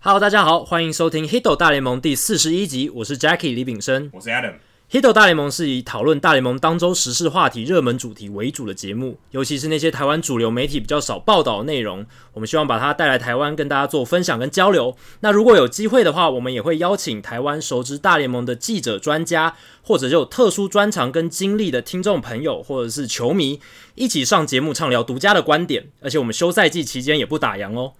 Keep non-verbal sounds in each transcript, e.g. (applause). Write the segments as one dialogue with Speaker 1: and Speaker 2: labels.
Speaker 1: Hello，大家好，欢迎收听《Hito 大联盟》第四十一集，我是 Jackie 李炳生。
Speaker 2: 我是 Adam，
Speaker 1: Hito 大联盟是以讨论大联盟当周时事话题、热门主题为主的节目，尤其是那些台湾主流媒体比较少报道的内容，我们希望把它带来台湾，跟大家做分享跟交流。那如果有机会的话，我们也会邀请台湾熟知大联盟的记者、专家，或者有特殊专长跟经历的听众朋友或者是球迷，一起上节目畅聊独家的观点。而且我们休赛季期间也不打烊哦。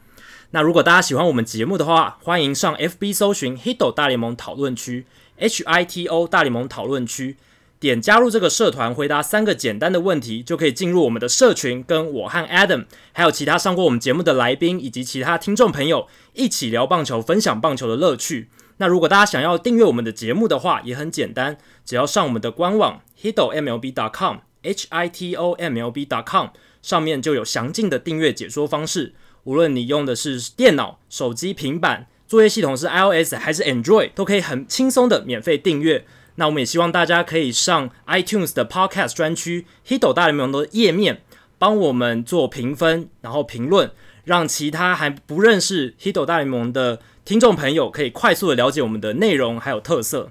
Speaker 1: 那如果大家喜欢我们节目的话，欢迎上 FB 搜寻 Hito 大联盟讨论区 HITO 大联盟讨论区，点加入这个社团，回答三个简单的问题，就可以进入我们的社群，跟我和 Adam，还有其他上过我们节目的来宾以及其他听众朋友一起聊棒球，分享棒球的乐趣。那如果大家想要订阅我们的节目的话，也很简单，只要上我们的官网 hitomlb.com h i t o m l b.com 上面就有详尽的订阅解说方式。无论你用的是电脑、手机、平板，作业系统是 iOS 还是 Android，都可以很轻松的免费订阅。那我们也希望大家可以上 iTunes 的 Podcast 专区 Hito 大联盟的页面，帮我们做评分，然后评论，让其他还不认识 Hito 大联盟的听众朋友可以快速的了解我们的内容还有特色。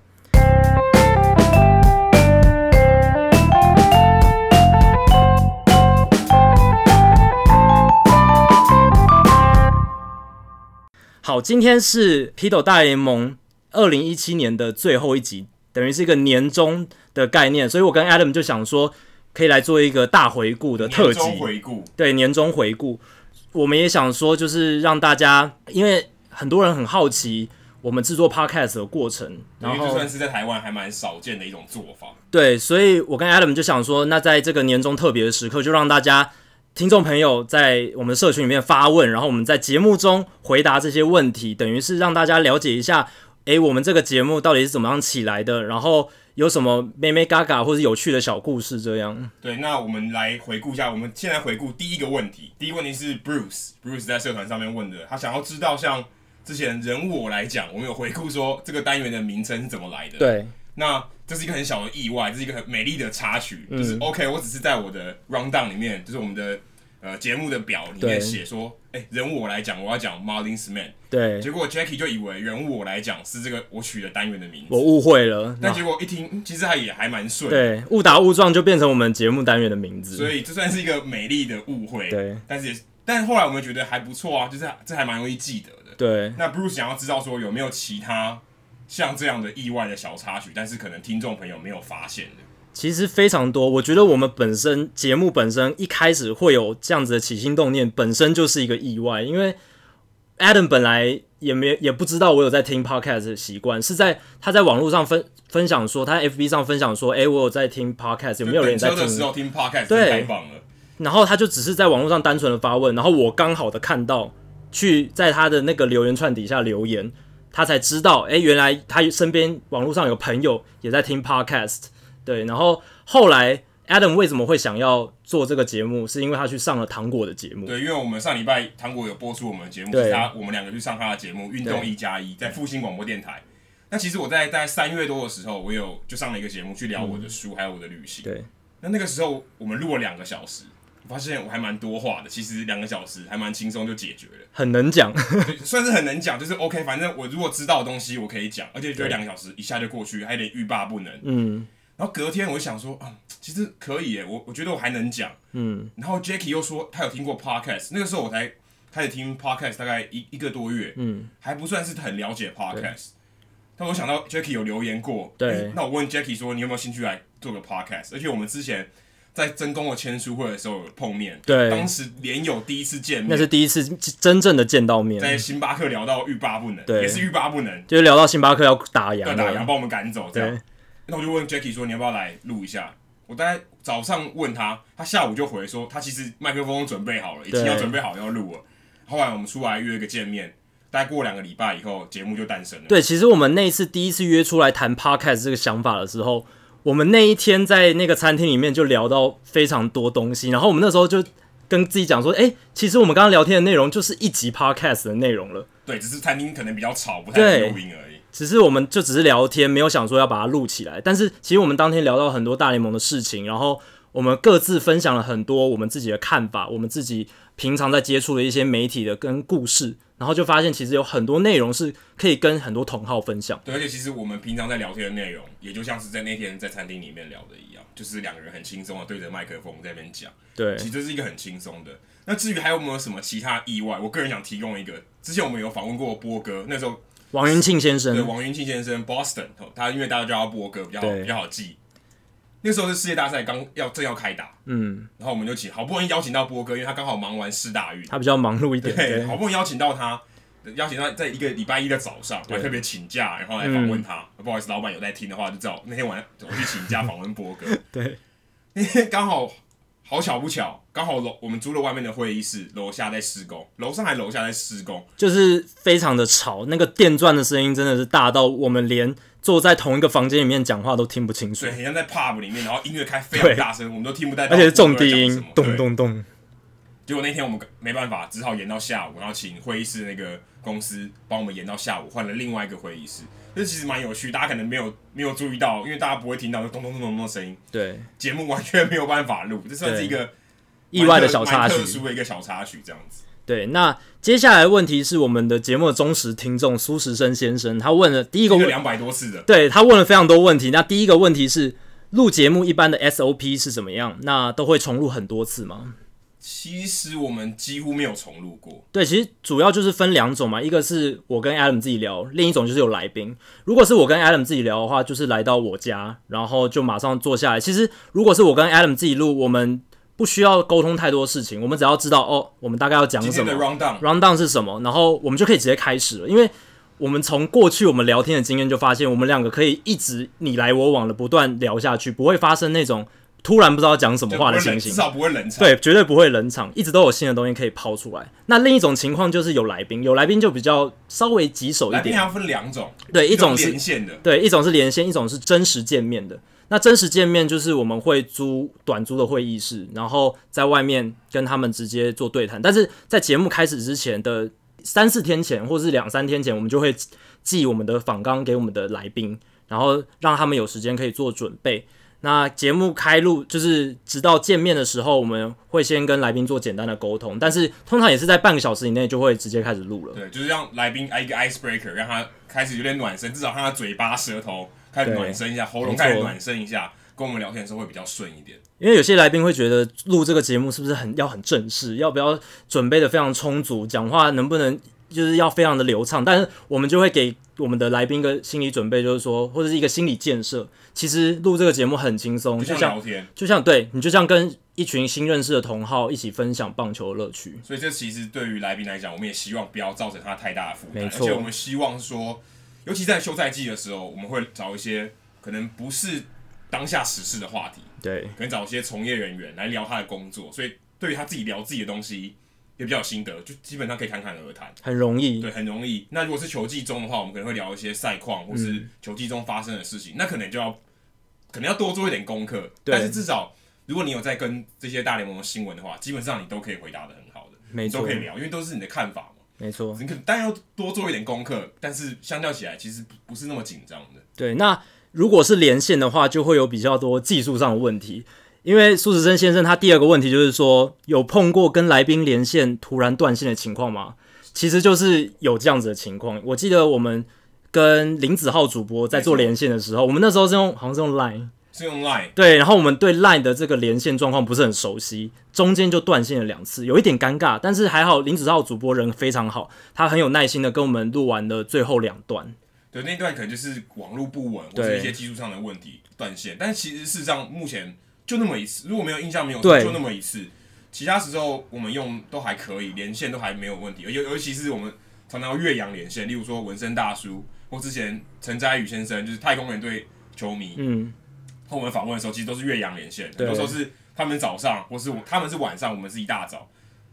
Speaker 1: 好，今天是《p i t o 大联盟》二零一七年的最后一集，等于是一个年终的概念，所以我跟 Adam 就想说，可以来做一个大回顾的呃特
Speaker 2: 年
Speaker 1: 辑。
Speaker 2: 终回顾，
Speaker 1: 对年终回顾，我们也想说，就是让大家，因为很多人很好奇我们制作 podcast 的过程，
Speaker 2: 因
Speaker 1: 然
Speaker 2: 为这
Speaker 1: 后
Speaker 2: 算是在台湾还蛮少见的一种做法。
Speaker 1: 对，所以我跟 Adam 就想说，那在这个年终特别的时刻，就让大家听众朋友在我们的社群里面发问，然后我们在节目中回答这些问题，等于是让大家了解一下，诶，我们这个节目到底是怎么样起来的，然后有什么妹妹嘎嘎或者有趣的小故事这样。
Speaker 2: 对，那我们来回顾一下，我们现在回顾第一个问题。第一个问题是 Bruce，Bruce 在社团上面问的，他想要知道像之前人物我来讲，我们有回顾说这个单元的名称是怎么来的。，
Speaker 1: 对，
Speaker 2: 那这是一个很小的意外，这是一个很美丽的插曲，
Speaker 1: 嗯
Speaker 2: 就是 OK，我只是在我的 round down 里面，就是我们的呃节目的表里
Speaker 1: 对
Speaker 2: 面写说，哎、人物我来讲，我要讲 Marlin Smith，
Speaker 1: 对
Speaker 2: 结果 Jackie 就以为人物我来讲是这个我取的单元的名字
Speaker 1: 我。误会了。
Speaker 2: 但结果一听，嗯其实他也还蛮顺，，
Speaker 1: 对，误打误撞就变成我们节目单元的名字。
Speaker 2: 所以这算是一个美丽的误会。
Speaker 1: 对，
Speaker 2: 但是也是，但后来我们觉得还不错啊，就是这还蛮容易记得的。
Speaker 1: 对
Speaker 2: 那 Bruce 想要知道说有没有其他像这样的意外的小插曲，但是可能听众朋友没有发现的。
Speaker 1: 其实非常多。我觉得我们本身节目本身一开始会有这样子的起心动念，本身就是一个意外，因为 Adam 本来也没也不知道我有在听 podcast 的习惯，是在他在网络上分分享说，他在 FB 上分享说，诶，我有在听 podcast，有没有人在
Speaker 2: 等车
Speaker 1: 听
Speaker 2: 的？时候听 podcast
Speaker 1: 对
Speaker 2: 真太棒了，
Speaker 1: 然后他就只是在网络上单纯的发问，然后我刚好的看到，去在他的那个留言串底下留言，他才知道，哎，原来他身边网络上有朋友也在听 podcast，对，然后后来 Adam 为什么会想要做这个节目，是因为他去上了糖果的节目，
Speaker 2: 对，因为我们上礼拜糖果有播出我们的节目，
Speaker 1: 对
Speaker 2: 是他我们两个去上他的节目《运动一加一》在复兴广播电台。那其实我在在三月多的时候，我有就上了一个节目去聊我的书，还有我的旅行。
Speaker 1: 嗯对
Speaker 2: 那那个时候我们录了两个小时，我发现我还蛮多话的，其实两个小时还蛮轻松就解决了，
Speaker 1: 很能讲，
Speaker 2: 对算是很能讲，就是 OK，反正我如果知道的东西我可以讲，而且觉得两个小时一下就过去，还有点欲罢不能。
Speaker 1: 嗯
Speaker 2: 然后隔天我就想说，啊，其实可以耶，我我觉得我还能讲。
Speaker 1: 嗯，
Speaker 2: 然后 Jackie 又说他有听过 podcast，那个时候我才开始听 podcast，大概一一个多月，
Speaker 1: 嗯，
Speaker 2: 还不算是很了解 podcast。但我想到 Jackie 有留言过，
Speaker 1: 对
Speaker 2: 诶那我问 Jackie 说你有没有兴趣来做个 podcast？而且我们之前在真宫的签书会的时候有碰面，
Speaker 1: 对
Speaker 2: 当时连友第一次见
Speaker 1: 那
Speaker 2: 面，
Speaker 1: 是第一次真正的见到面，
Speaker 2: 在星巴克聊到欲罢不能，
Speaker 1: 对
Speaker 2: 也是欲罢不能，
Speaker 1: 就是聊到星巴克要打烊
Speaker 2: 要
Speaker 1: 了，
Speaker 2: 打烊把我们赶走这样
Speaker 1: 对。
Speaker 2: 那我就问 Jackie 说你要不要来录一下？我大概早上问他，他下午就回说他其实麦克风准备好了，已经
Speaker 1: 对
Speaker 2: 要准备好要录了。后来我们出来约一个见面，大概过两个礼拜以后，节目就诞生了。
Speaker 1: 对，其实我们那一次第一次约出来谈 podcast 这个想法的时候，我们那一天在那个餐厅里面就聊到非常多东西，然后我们那时候就跟自己讲说，哎，其实我们刚刚聊天的内容就是一集 podcast 的内容了，
Speaker 2: 对，只是餐厅可能比较吵，不太
Speaker 1: 对
Speaker 2: 能录音而已。
Speaker 1: 只是我们就只是聊天，没有想说要把它录起来。但是其实我们当天聊到很多大联盟的事情，然后我们各自分享了很多我们自己的看法，我们自己平常在接触的一些媒体的跟故事，然后就发现其实有很多内容是可以跟很多同好分享。
Speaker 2: 对，而且其实我们平常在聊天的内容，也就像是在那天在餐厅里面聊的一样，就是两个人很轻松的对着麦克风在那边讲，
Speaker 1: 对
Speaker 2: 其，实这是一个很轻松的。那至于还有没有什么其他意外，我个人想提供一个，之前我们有访问过波哥，那时候
Speaker 1: 王云庆先
Speaker 2: 对
Speaker 1: 生，
Speaker 2: 王云庆先生 Boston，哦他因为大家叫他波哥比较
Speaker 1: 嗯
Speaker 2: 好
Speaker 1: 对
Speaker 2: 比较好记。那时候是世界大赛刚要正要开打，
Speaker 1: 嗯，
Speaker 2: 然后我们就请好不容易邀请到波哥，因为他刚好忙完世大运，
Speaker 1: 他比较忙碌一点，
Speaker 2: 对，
Speaker 1: 对
Speaker 2: (laughs) 好不容易邀请到他，邀请他在一个礼拜一的早上，我还特别请假，然后来访问他。
Speaker 1: 嗯
Speaker 2: 不好意思，老板有在听的话，就知道那天晚上我去请假访问波
Speaker 1: (laughs)
Speaker 2: 哥。
Speaker 1: 对，
Speaker 2: 那天刚好好巧不巧，刚好楼我们租了外面的会议室，楼下在施工，楼上还楼下在施工，
Speaker 1: 就是非常的吵，那个电钻的声音真的是大到我们连坐在同一个房间里面讲话都听不清楚
Speaker 2: 所以，很像在 pub 里面，然后音乐开非常大声，我们都听不太到，
Speaker 1: 而且是重低
Speaker 2: 什
Speaker 1: 音
Speaker 2: 么，
Speaker 1: 咚。
Speaker 2: 对
Speaker 1: 咚咚，
Speaker 2: 结果那天我们没办法，只好延到下午，然后请会议室那个公司帮我们延到下午，换了另外一个会议室。这其实蛮有趣，大家可能没有没有注意到，因为大家不会听到就咚咚咚咚咚的声音，
Speaker 1: 对，
Speaker 2: 节目完全没有办法录，这算是一个
Speaker 1: 意外的小插
Speaker 2: 蛮
Speaker 1: 曲
Speaker 2: 特，蛮特殊的一个小插曲，这样子。
Speaker 1: 对，那接下来的问题是我们的节目的忠实听众苏时生先生，他问了第一
Speaker 2: 一
Speaker 1: 个
Speaker 2: 个
Speaker 1: 问，
Speaker 2: 两百多次的，
Speaker 1: 对他问了非常多问题。那第一个问题是，录节目一般的 SOP 是怎么样？那都会重录很多次吗？
Speaker 2: 其实我们几乎没有重录过。
Speaker 1: 对，其实主要就是分两种嘛，一个是我跟 Adam 自己聊，另一种就是有来宾。如果是我跟 Adam 自己聊的话，就是来到我家，然后就马上坐下来。其实如果是我跟 Adam 自己录，我们不需要沟通太多事情，我们只要知道哦，我们大概要讲
Speaker 2: 今
Speaker 1: 什
Speaker 2: 天
Speaker 1: 么
Speaker 2: 的。round down，
Speaker 1: round down 是什么，然后我们就可以直接开始了。因为我们从过去我们聊天的经验就发现，我们两个可以一直你来我往的不断聊下去，不会发生那种突然不知道讲什么
Speaker 2: 就
Speaker 1: 话
Speaker 2: 不
Speaker 1: 的
Speaker 2: 会
Speaker 1: 情
Speaker 2: 冷至
Speaker 1: 形。
Speaker 2: 少不会冷场。
Speaker 1: 对，绝对不会冷场，一直都有新的东西可以抛出来。那另一种情况就是有来宾，有来宾就比较稍微棘手一
Speaker 2: 来宾
Speaker 1: 点。
Speaker 2: 还要分两种，
Speaker 1: 对，一种是
Speaker 2: 连线的，
Speaker 1: 对，一种是连线，一种是真实见面的。那真实见面就是我们会租短租的会议室，然后在外面跟他们直接做对谈。但是在节目开始之前的三四天前，或是两三天前，我们就会寄我们的访纲给我们的来宾，然后让他们有时间可以做准备。那节目开录就是直到见面的时候，我们会先跟来宾做简单的沟通，但是通常也是在半个小时以内就会直接开始录了。
Speaker 2: 对，就是让来宾啊一个 ice breaker，让他开始有点暖身，至少让他嘴巴、舌头开始
Speaker 1: 对
Speaker 2: 暖身一下，喉咙
Speaker 1: 没错
Speaker 2: 开始暖身一下，跟我们聊天的时候会比较顺一点。
Speaker 1: 因为有些来宾会觉得录这个节目是不是很要很正式，要不要准备的非常充足，讲话能不能就是要非常的流畅？但是我们就会给我们的来宾一个心理准备，就是说或者是一个心理建设。其实录这个节目很轻松，
Speaker 2: 就
Speaker 1: 就
Speaker 2: 像
Speaker 1: 像
Speaker 2: 聊天，
Speaker 1: 就像对你就像跟一群新认识的同好一起分享棒球乐趣。
Speaker 2: 所以这其实对于来宾来讲，我们也希望不要造成他太大的负
Speaker 1: 没
Speaker 2: 担，而
Speaker 1: 错
Speaker 2: 且我们希望说，尤其在休赛季的时候，我们会找一些可能不是当下时事的话题，
Speaker 1: 对
Speaker 2: 可能找一些从业人员来聊他的工作，所以对于他自己聊自己的东西也比较有心得，就基本上可以侃侃而谈。
Speaker 1: 很容易。
Speaker 2: 对，很容易。那如果是球季中的话，我们可能会聊一些赛况或
Speaker 1: 嗯
Speaker 2: 是球季中发生的事情，那可能就要可能要多做一点功课。
Speaker 1: 对
Speaker 2: 但是至少如果你有在跟这些大联盟的新闻的话，基本上你都可以回答的很好的，
Speaker 1: 没
Speaker 2: 你都
Speaker 1: 错
Speaker 2: 可，以聊，因为都是你的看法嘛。
Speaker 1: 没错。
Speaker 2: 你可能当然要多做一点功课，但是相较起来，其实不不是那么紧张的。
Speaker 1: 对，那如果是连线的话，就会有比较多技术上的问题。因为苏子生先生他第二个问题就是说，有碰过跟来宾连线突然断线的情况吗？其实就是有这样子的情况。我记得我们跟林子浩主播在做
Speaker 2: 没错
Speaker 1: 连线的时候，我们那时候是用好像是用 Line，
Speaker 2: 是用 Line，
Speaker 1: 对，然后我们对 LINE 的这个连线状况不是很熟悉，中间就断线了两次，有一点尴尬。但是还好林子浩主播人非常好，他很有耐心的跟我们录完了最后两段。
Speaker 2: 对，那段可能就是网络不稳或是
Speaker 1: 对
Speaker 2: 一些技术上的问题断线，但其实事实上目前就那么一次，如果没有印象没有
Speaker 1: 对
Speaker 2: 就那么一次，其他时候我们用都还可以，连线都还没有问题，尤尤其是我们常常岳阳连线，例如说纹身大叔或之前陈斋宇先生，就是太空人队球迷，
Speaker 1: 嗯，
Speaker 2: 和我们访问的时候，其实都是岳阳连线，很
Speaker 1: 对
Speaker 2: 多时候是他们早上，或是我他们是晚上，我们是一大早，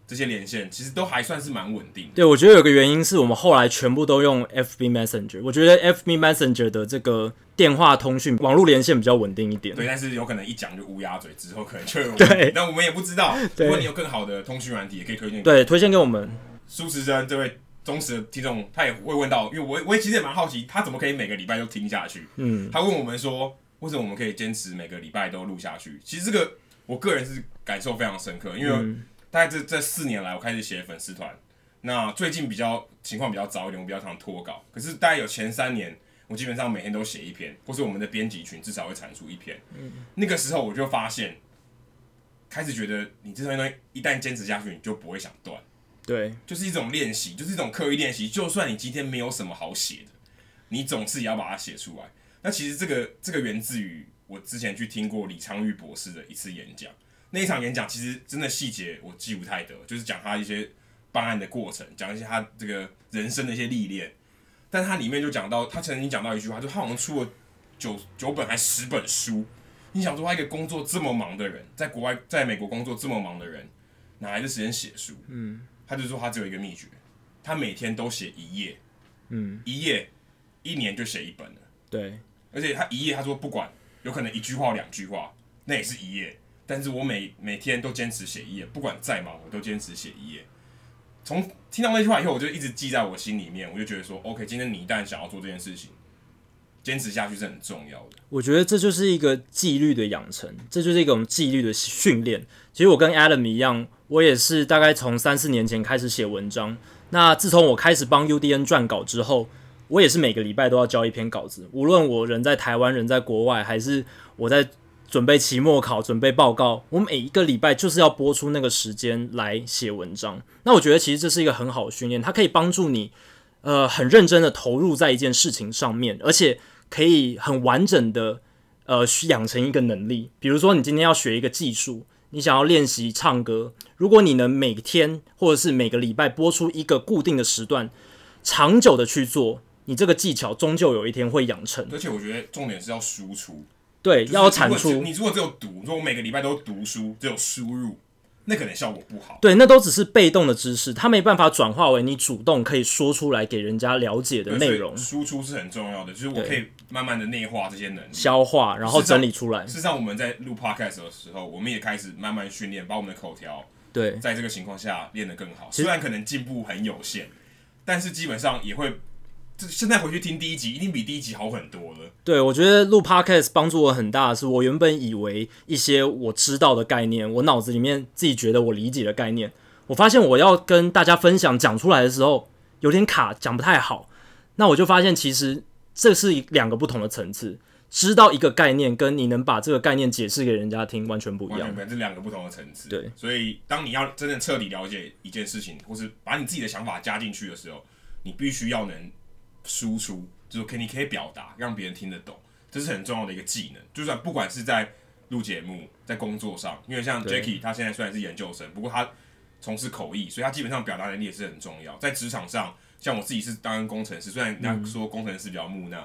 Speaker 2: 这些连线其实都还算是蛮稳定的。
Speaker 1: 对，我觉得有个原因是我们后来全部都用 FB Messenger，我觉得 FB Messenger 的这个电话通讯网络连线比较稳定一点。
Speaker 2: 对，但是有可能一讲就乌鸦嘴，之后可能就有
Speaker 1: 对
Speaker 2: 问题那我们也不知道。
Speaker 1: 对
Speaker 2: 如果你有更好的通讯软体，也可以推荐给
Speaker 1: 对，推荐给我们。
Speaker 2: 苏时珍这位忠实的听众，他也会问到，因为我我也其实也蛮好奇，他怎么可以每个礼拜都听下去？
Speaker 1: 嗯，
Speaker 2: 他问我们说，为什么我们可以坚持每个礼拜都录下去？其实这个我个人是感受非常深刻，因为大概这这四年来，我开始写粉丝团，那最近比较情况比较糟一点，我比较常脱稿，可是大概有前三年，我基本上每天都写一篇，或是我们的编辑群至少会产出一篇。那个时候我就发现，开始觉得你这东西一旦坚持下去，你就不会想断。
Speaker 1: 对，
Speaker 2: 就是一种练习，就是一种刻意练习。就算你今天没有什么好写的，你总是也要把它写出来。那其实这个这个源自于我之前去听过李昌钰博士的一次演讲，那一场演讲其实真的细节我记不太得，就是讲他一些办案的过程，讲一些他这个人生的一些历练。但他里面就讲到，他曾经讲到一句话，就他好像出了九九本还十本书。你想说他一个工作这么忙的人，在国外在美国工作这么忙的人，哪来的时间写书？他就说他只有一个秘诀，他每天都写一页，
Speaker 1: 嗯，
Speaker 2: 一页一年就写一本了，
Speaker 1: 对，
Speaker 2: 而且他一页他说不管，有可能一句话两句话，那也是一页，但是我每每天都坚持写一页，不管再忙我都坚持写一页。从听到那句话以后，我就一直记在我心里面，我就觉得说，OK，今天你一旦想要做这件事情，坚持下去是很重要的。
Speaker 1: 我觉得这就是一个纪律的养成，这就是一种纪律的训练。其实我跟 Adam 一样，我也是大概从三四年前开始写文章。那自从我开始帮 UDN 撰稿之后，我也是每个礼拜都要交一篇稿子，无论我人在台湾、人在国外，还是我在准备期末考、准备报告，我每一个礼拜就是要播出那个时间来写文章。那我觉得其实这是一个很好的训练，它可以帮助你，呃，很认真的投入在一件事情上面，而且可以很完整的呃去养成一个能力。比如说，你今天要学一个技术，你想要练习唱歌，如果你能每天或者是每个礼拜播出一个固定的时段，长久的去做，你这个技巧终究有一天会养成。
Speaker 2: 而且我觉得重点是要输出，
Speaker 1: 对，
Speaker 2: 就是
Speaker 1: 要产
Speaker 2: 如果只
Speaker 1: 出
Speaker 2: 你。如果只有读，如果我每个礼拜都读书，只有输入，那可能效果不好。
Speaker 1: 对，那都只是被动的知识，它没办法转化为你主动可以说出来给人家了解的
Speaker 2: 对
Speaker 1: 内
Speaker 2: 所以
Speaker 1: 容，
Speaker 2: 输出是很重要的，就是我
Speaker 1: 对
Speaker 2: 可以慢慢的内化这些能力。
Speaker 1: 消化，然后
Speaker 2: 是这样
Speaker 1: 整理出来
Speaker 2: 事。实上，我们在录 podcast 的时候，我们也开始慢慢训练，把我们的口条
Speaker 1: 对，
Speaker 2: 在这个情况下练得更好。虽然可能进步很有限，但是基本上也会。这现在回去听第一集，一定比第一集好很多了。
Speaker 1: 对，我觉得录 podcast 帮助我很大的是，我原本以为一些我知道的概念，我脑子里面自己觉得我理解的概念，我发现我要跟大家分享讲出来的时候有点卡，讲不太好。那我就发现，其实这是一两个不同的层次，知道一个概念，跟你能把这个概念解释给人家听完全不一
Speaker 2: 完全
Speaker 1: 样。
Speaker 2: 不一样，这两个不同的层次。
Speaker 1: 对，
Speaker 2: 所以当你要真正彻底了解一件事情，或是把你自己的想法加进去的时候，你必须要能输出，就是可以你可以表达，让别人听得懂，这是很重要的一个技能。就算不管是在录节目，在工作上，因为像
Speaker 1: 对
Speaker 2: Jacky 他现在虽然是研究生，不过他从事口译，所以他基本上表达能力也是很重要。在职场上，像我自己是当工程师，虽然人
Speaker 1: 嗯
Speaker 2: 家说工程师比较木讷，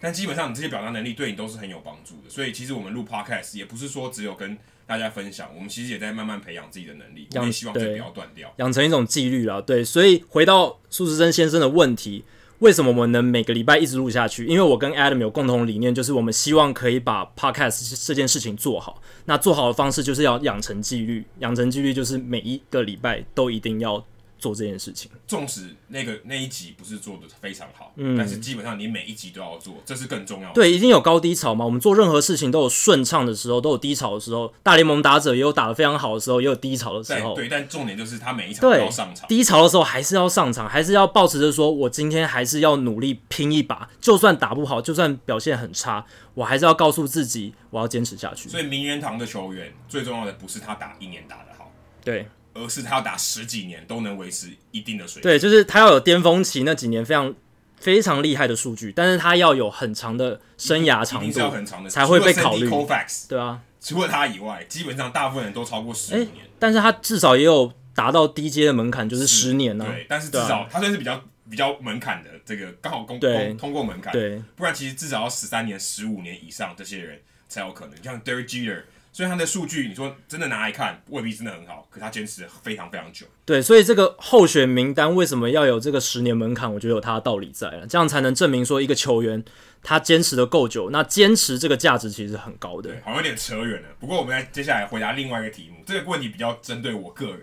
Speaker 2: 但基本上你这些表达能力对你都是很有帮助的。所以其实我们录 podcast 也不是说只有跟大家分享，我们其实也在慢慢培养自己的能力，我们也希望这
Speaker 1: 对
Speaker 2: 不要断掉。
Speaker 1: 养成一种纪律啦。对，所以回到苏时珍先生的问题，为什么我们能每个礼拜一直录下去？因为我跟 Adam 有共同理念，就是我们希望可以把 Podcast 这件事情做好。那做好的方式就是要养成纪律，养成纪律就是每一个礼拜都一定要做这件事情。
Speaker 2: 纵使那个那一集不是做的非常好，
Speaker 1: 嗯
Speaker 2: 但是基本上你每一集都要做，这是更重要的。
Speaker 1: 对，一定有高低潮嘛。我们做任何事情都有顺畅的时候，都有低潮的时候。大联盟打者也有打得非常好的时候，也有低潮的时
Speaker 2: 但
Speaker 1: 候。
Speaker 2: 对，但重点就是他每一场都
Speaker 1: 对
Speaker 2: 要上场，
Speaker 1: 低潮的时候还是要上场，还是要保持着说，我今天还是要努力拼一把，就算打不好，就算表现很差，我还是要告诉自己，我要坚持下去。
Speaker 2: 所以名人堂的球员最重要的不是他打一年打得好，
Speaker 1: 对
Speaker 2: 而是他要打十几年都能维持一定的水平。
Speaker 1: 对，就是他要有巅峰期那几年非常非常厉害的数据，但是他要有很长的生涯
Speaker 2: 一
Speaker 1: 长
Speaker 2: 定是要很
Speaker 1: 度，
Speaker 2: 长的，
Speaker 1: 才会被考虑
Speaker 2: 除了 Sandy Koufax，
Speaker 1: 对啊，
Speaker 2: 除了他以外，基本上大部分人都超过十
Speaker 1: 哎
Speaker 2: 五年。
Speaker 1: 但是他至少也有达到低阶的门槛，就是十年呢、啊。
Speaker 2: 对，但是至
Speaker 1: 对啊
Speaker 2: 少他算是比较比较门槛的，这个刚好通
Speaker 1: 对
Speaker 2: 通通过门槛。
Speaker 1: 对
Speaker 2: 不然其实至少要十三年、十五年以上这些人才有可能。像 Derek Jeter，虽然他的数据你说真的拿来看未必真的很好，可他坚持得非常非常久。
Speaker 1: 对，所以这个候选名单为什么要有这个十年门槛？我觉得有它的道理在了，这样才能证明说一个球员他坚持的够久，那坚持这个价值其实很高的
Speaker 2: 对，。好像有点扯远了。不过我们来接下来回答另外一个题目，这个问题比较针对我个人。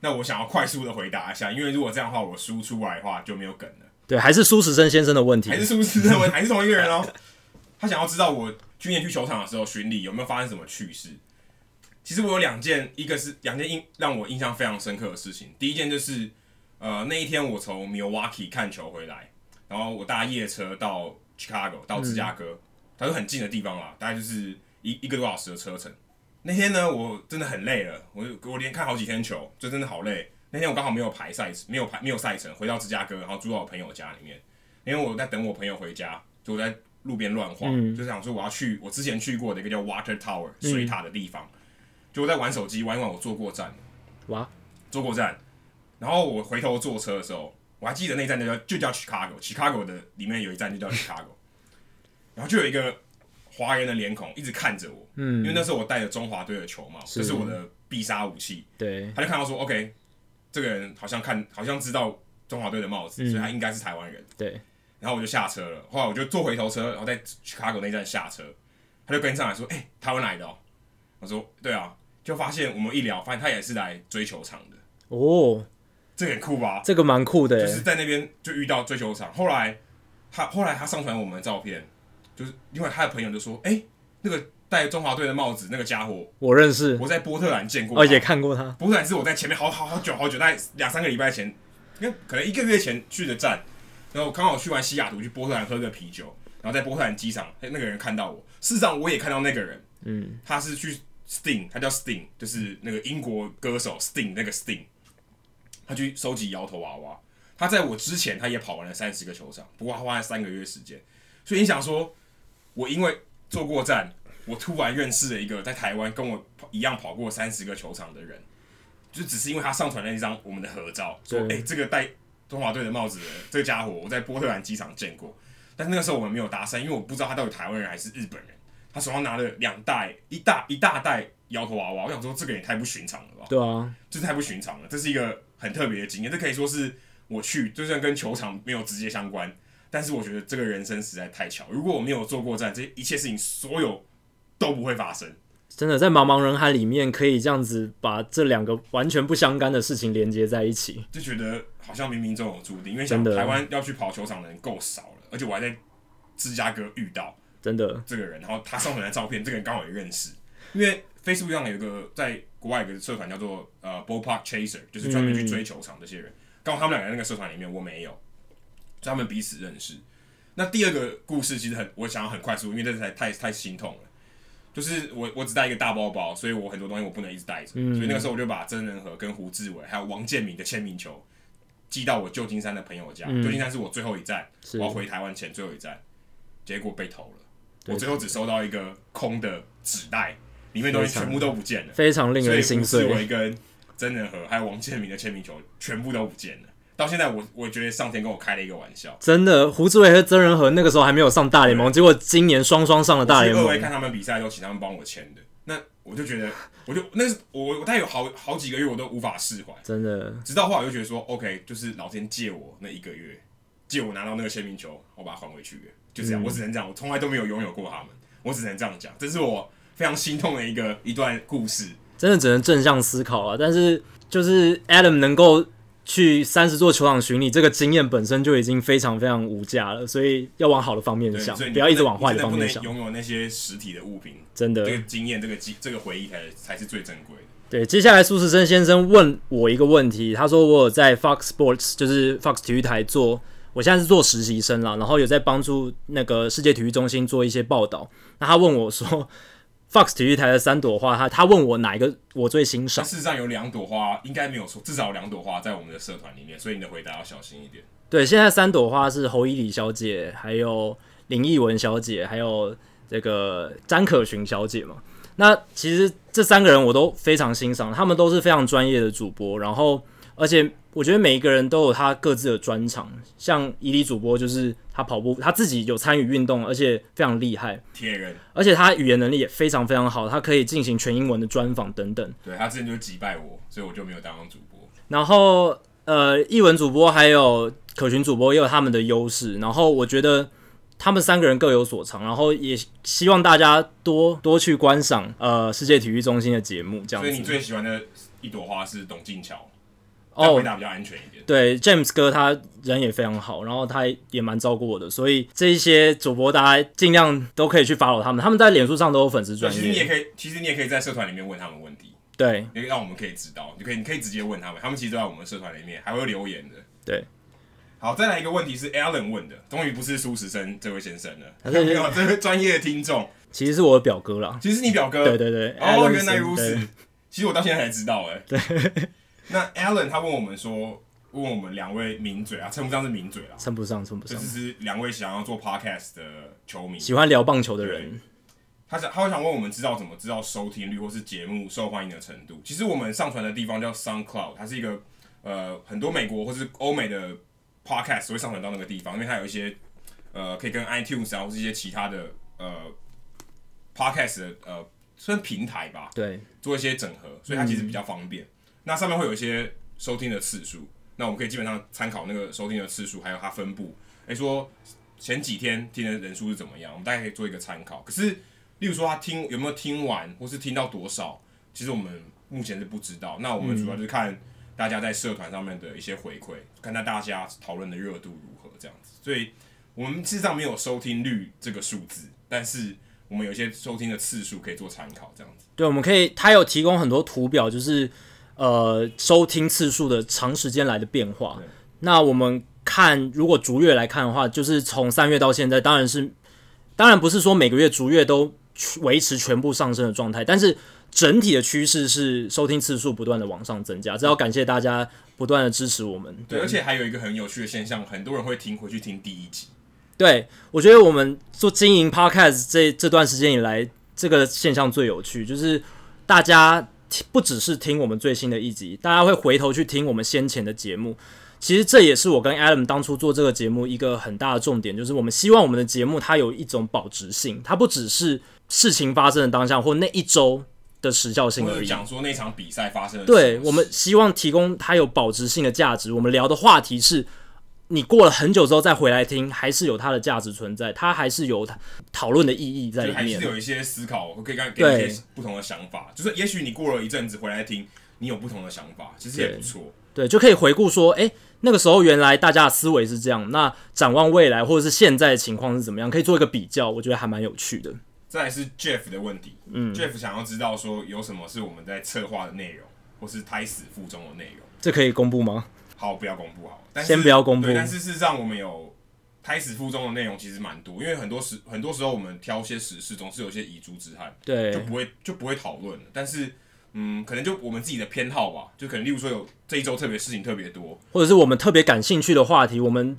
Speaker 2: 那我想要快速的回答一下，因为如果这样的话，我输出来的话就没有梗了。
Speaker 1: 对，还是苏时生先生的问题
Speaker 2: 还。是是不是认 (laughs) 为还是同一个人哦？他想要知道我去年去球场的时候巡礼有没有发生什么趣事。其实我有两件，一个是两件印让我印象非常深刻的事情。第一件就是呃，那一天我从 Milwaukee 看球回来，然后我搭夜车到 Chicago，到芝加哥，它是很近的地方啦，大概就是一一个多小时的车程。那天呢，我真的很累了，我我连看好几天球，就真的好累。那天我刚好没有排赛，没有排没有赛程，回到芝加哥，然后住到我朋友家里面。因为我在等我朋友回家，就我在路边乱晃，
Speaker 1: 嗯
Speaker 2: 就是想说我要去我之前去过的一个叫 Water Tower 水塔的地方，就我在玩手机玩一玩，我坐过站，
Speaker 1: 哇，
Speaker 2: 坐过站，然后我回头坐车的时候，我还记得那站就叫就叫 Chicago，Chicago 的里面有一站就叫 Chicago，然后就有一个华人的脸孔一直看着我，
Speaker 1: 嗯
Speaker 2: 因为那时候我戴着中华队的球帽，
Speaker 1: 是
Speaker 2: 这是我的必杀武器，
Speaker 1: 对，
Speaker 2: 他就看到说 OK，这个人好像看好像知道中华队的帽子，
Speaker 1: 嗯
Speaker 2: 所以他应该是台湾人。
Speaker 1: 对，
Speaker 2: 然后我就下车了，后来我就坐回头车，然后在 Chicago 那站下车，他就跟上来说：“哎、台湾来的、哦。”我说：“对啊。”就发现我们一聊，发现他也是来追球场的，
Speaker 1: 哦，
Speaker 2: 这个很酷吧？
Speaker 1: 这个蛮酷的耶，欸
Speaker 2: 就是在那边就遇到追球场，后来他后来他上传我们的照片，就是因为他的朋友就说：“哎、那个戴中华队的帽子那个家伙，
Speaker 1: 我认识，
Speaker 2: 我在波特兰见过他。
Speaker 1: 而且看过他，
Speaker 2: 波特兰是我在前面好好好久好久，大概两三个礼拜前，应该可能一个月前去的站，然后刚好去完西雅图去波特兰喝个啤酒，然后在波特兰机场，哎那个人看到我，事实上我也看到那个人，
Speaker 1: 嗯，
Speaker 2: 他是去 Sting，他叫 Sting，就是那个英国歌手 Sting 那个 Sting，他去收集摇头娃娃，他在我之前他也跑完了三十个球场，不过他花了三个月时间，所以你想说，我因为坐过站，我突然认识了一个在台湾跟我跑一样跑过三十个球场的人，就只是因为他上传了一张我们的合照，说哎、
Speaker 1: 对
Speaker 2: 诶这个戴中华队的帽子的这个家伙，我在波特兰机场见过，但是那个时候我们没有搭讪，因为我不知道他到底台湾人还是日本人，他手上拿了两袋一大一大袋摇头娃娃，我想说这个也太不寻常了吧。
Speaker 1: 对啊，
Speaker 2: 这太不寻常了，这是一个很特别的经验，这可以说是我去，就算跟球场没有直接相关，但是我觉得这个人生实在太巧。如果我没有做过站，这一切事情所有都不会发生。
Speaker 1: 真的在茫茫人海里面，可以这样子把这两个完全不相干的事情连接在一起，
Speaker 2: 就觉得好像冥冥中有注定，因为想
Speaker 1: 真的
Speaker 2: 台湾要去跑球场的人够少了，而且我还在芝加哥遇到
Speaker 1: 真的，
Speaker 2: 这个人，然后他上传的照片，这个人刚好也认识，因为 Facebook 上有一个在国外有个社团叫做呃 Ballpark Chaser，就是呃专门去追球场这些人，刚好他们两个在那个社团里面，我没有，所以他们彼此认识。那第二个故事其实很，我想要很快速，因为这太太太心痛了。就是我我只带一个大包包，所以我很多东西我不能一直带着，所以那个时候我就把曾仁和跟胡志伟还有王建民的签名球寄到我旧金山的朋友家。旧金山是我最后一站，
Speaker 1: 是
Speaker 2: 我要回台湾前最后一站，结果被偷了。
Speaker 1: 对
Speaker 2: 我最后只收到一个空的纸袋，里面东西
Speaker 1: 非常
Speaker 2: 全部都不见了。
Speaker 1: 非常令
Speaker 2: 所以
Speaker 1: 人
Speaker 2: 胡
Speaker 1: 心
Speaker 2: 志
Speaker 1: 碎，
Speaker 2: 伟跟曾仁和还有王建民的签名球全部都不见了。到现在我我觉得上天跟我开了一个玩笑。
Speaker 1: 真的，胡志伟和曾仁和那个时候还没有上大联盟，结果今年双双上了大
Speaker 2: 我去
Speaker 1: 联
Speaker 2: 二维
Speaker 1: 盟，
Speaker 2: 看他们比赛的时候，请他们帮我签的。那我就觉得，我就那是我我大概有好好几个月我都无法释怀，
Speaker 1: 真的，
Speaker 2: 直到后来我就觉得说，OK，就是老天借我那一个月，借我拿到那个签名球，我把它还回去了，
Speaker 1: 嗯
Speaker 2: 就这样，我只能这样，我从来都没有拥有过他们，我只能这样讲，这是我非常心痛的一个一段故事。
Speaker 1: 真的只能正向思考啊。但是就是 Adam 能够去三十座球场巡礼，这个经验本身就已经非常非常无价了，所以要往好的方面
Speaker 2: 对，
Speaker 1: 想，
Speaker 2: 所以你
Speaker 1: 不要一直
Speaker 2: 能
Speaker 1: 往坏
Speaker 2: 你
Speaker 1: 的
Speaker 2: 真
Speaker 1: 方
Speaker 2: 不
Speaker 1: 面
Speaker 2: 能
Speaker 1: 想。
Speaker 2: 拥有那些实体的物品，
Speaker 1: 真的
Speaker 2: 这，个经验、这个记、这个回忆才才是最珍贵的。
Speaker 1: 对，接下来苏时生先生问我一个问题，他说我有在 Fox Sports，就是 Fox 体育台做，我现在是做实习生啦，然后有在帮助那个世界体育中心做一些报道。那他问我说，Fox 体育台的三朵花，他他问我哪一个我最欣赏
Speaker 2: 但？事实上有两朵花，应该没有错，至少有两朵花在我们的社团里面，所以你的回答要小心一点。
Speaker 1: 对，现在三朵花是侯以礼小姐，还有林奕文小姐，还有这个詹可寻小姐嘛。那其实这三个人我都非常欣赏，他们都是非常专业的主播，然后而且我觉得每一个人都有他各自的专长。像以礼主播就是他跑步，他自己有参与运动，而且非常厉害，
Speaker 2: 铁人，
Speaker 1: 而且他语言能力也非常非常好，他可以进行全英文的专访等等。
Speaker 2: 对他之前就击败我，所以我就没有当上主播。
Speaker 1: 然后呃，译文主播还有可群主播也有他们的优势，然后我觉得他们三个人各有所长，然后也希望大家多多去观赏呃世界体育中心的节目，这样
Speaker 2: 所以你
Speaker 1: 子。
Speaker 2: 最喜欢的一朵花是董静桥，但
Speaker 1: 哦
Speaker 2: 回，答比较安全一点。
Speaker 1: 对，James 哥他人也非常好，然后他也蛮照顾我的，所以这一些主播大家尽量都可以去 follow 他们，他们在脸书上都有粉丝
Speaker 2: 对，
Speaker 1: 专
Speaker 2: 其实你也
Speaker 1: 业，
Speaker 2: 可以，其实你也可以在社团里面问他们问题，
Speaker 1: 对
Speaker 2: 因为让我们可以知道，你可以你可以直接问他们，他们其实都在我们社团里面，还会留言的。
Speaker 1: 对，
Speaker 2: 好，再来一个问题是 Alan 问的，终于不是苏时生这位先生了，
Speaker 1: 对
Speaker 2: 没有这位专业的听众，
Speaker 1: 其实是我的表哥啦。
Speaker 2: 其实是你表哥，
Speaker 1: 对对对，
Speaker 2: 哦，
Speaker 1: Alan
Speaker 2: 原来
Speaker 1: Simpson，
Speaker 2: 如此
Speaker 1: 对。
Speaker 2: 其实我到现在才知道、哎。对。那 Alan 他问我们说，问我们两位名嘴啊，称不上是名嘴啦，
Speaker 1: 称不上，称不
Speaker 2: 这
Speaker 1: 上
Speaker 2: 只。是两位想要做 podcast 的球迷。
Speaker 1: 喜欢聊棒球的人，
Speaker 2: 他想，他会想问我们知道怎么知道收听率或是节目受欢迎的程度。其实我们上传的地方叫 SoundCloud，它是一个呃很多美国或是欧美的 podcast 会上传到那个地方，因为它有一些呃可以跟 iTunes 啊或是一些其他的呃 podcast 的呃算平台吧，
Speaker 1: 对，
Speaker 2: 做一些整合，所以它其实比较方便。那上面会有一些收听的次数，那我们可以基本上参考那个收听的次数，还有它分布，诶，说前几天听的人数是怎么样，我们大概可以做一个参考。可是，例如说他听有没有听完，或是听到多少，其实我们目前是不知道。那我们主要就是看大家在社团上面的一些回馈，看看大家讨论的热度如何这样子。所以，我们事实上没有收听率这个数字，但是我们有一些收听的次数可以做参考这样子。
Speaker 1: 对，我们可以，他有提供很多图表，就是呃收听次数的长时间来的变化
Speaker 2: 对。
Speaker 1: 那我们看，如果逐月来看的话，就是从三月到现在，当然是，当然不是说每个月逐月都去维持全部上升的状态，但是整体的趋势是收听次数不断的往上增加，这要感谢大家不断的支持我们。
Speaker 2: 对，而且还有一个很有趣的现象，很多人会听回去听第一集。
Speaker 1: 对，我觉得我们做经营 podcast 这这段时间以来，这个现象最有趣，就是大家听不只是听我们最新的一集，大家会回头去听我们先前的节目。其实这也是我跟 Adam 当初做这个节目一个很大的重点，就是我们希望我们的节目它有一种保值性，它不只是事情发生的当下或那一周的时效性
Speaker 2: 或
Speaker 1: 而
Speaker 2: 者
Speaker 1: 已。
Speaker 2: 讲说那场比赛发生的
Speaker 1: 对
Speaker 2: 什么事
Speaker 1: 我们希望提供它有保值性的价值。我们聊的话题是，你过了很久之后再回来听，还是有它的价值存在，它还是有它讨论的意义在
Speaker 2: 就
Speaker 1: 里
Speaker 2: 还是
Speaker 1: 面。
Speaker 2: 有一些思考，可以给给
Speaker 1: 对
Speaker 2: 你一些不同的想法。就是也许你过了一阵子回来听，你有不同的想法，其实也
Speaker 1: 对
Speaker 2: 不错。
Speaker 1: 对，就可以回顾说，诶，那个时候原来大家的思维是这样，那展望未来或者是现在的情况是怎么样，可以做一个比较，我觉得还蛮有趣的。
Speaker 2: 再来是 Jeff 的问题、嗯、，Jeff 想要知道说有什么是我们在策划的内容，或是胎死腹中的内容。
Speaker 1: 这可以公布吗？
Speaker 2: 好，不要公布好了，但是
Speaker 1: 先不要公布
Speaker 2: 对，但是事实上我们有胎死腹中的内容其实蛮多，因为很多时很多时候我们挑一些时事，总是有一些遗珠之憾。就
Speaker 1: 对，
Speaker 2: 不会就不会讨论了。但是，嗯，可能就我们自己的偏好吧，就可能例如说有这一周特别事情特别多，
Speaker 1: 或者是我们特别感兴趣的话题，我们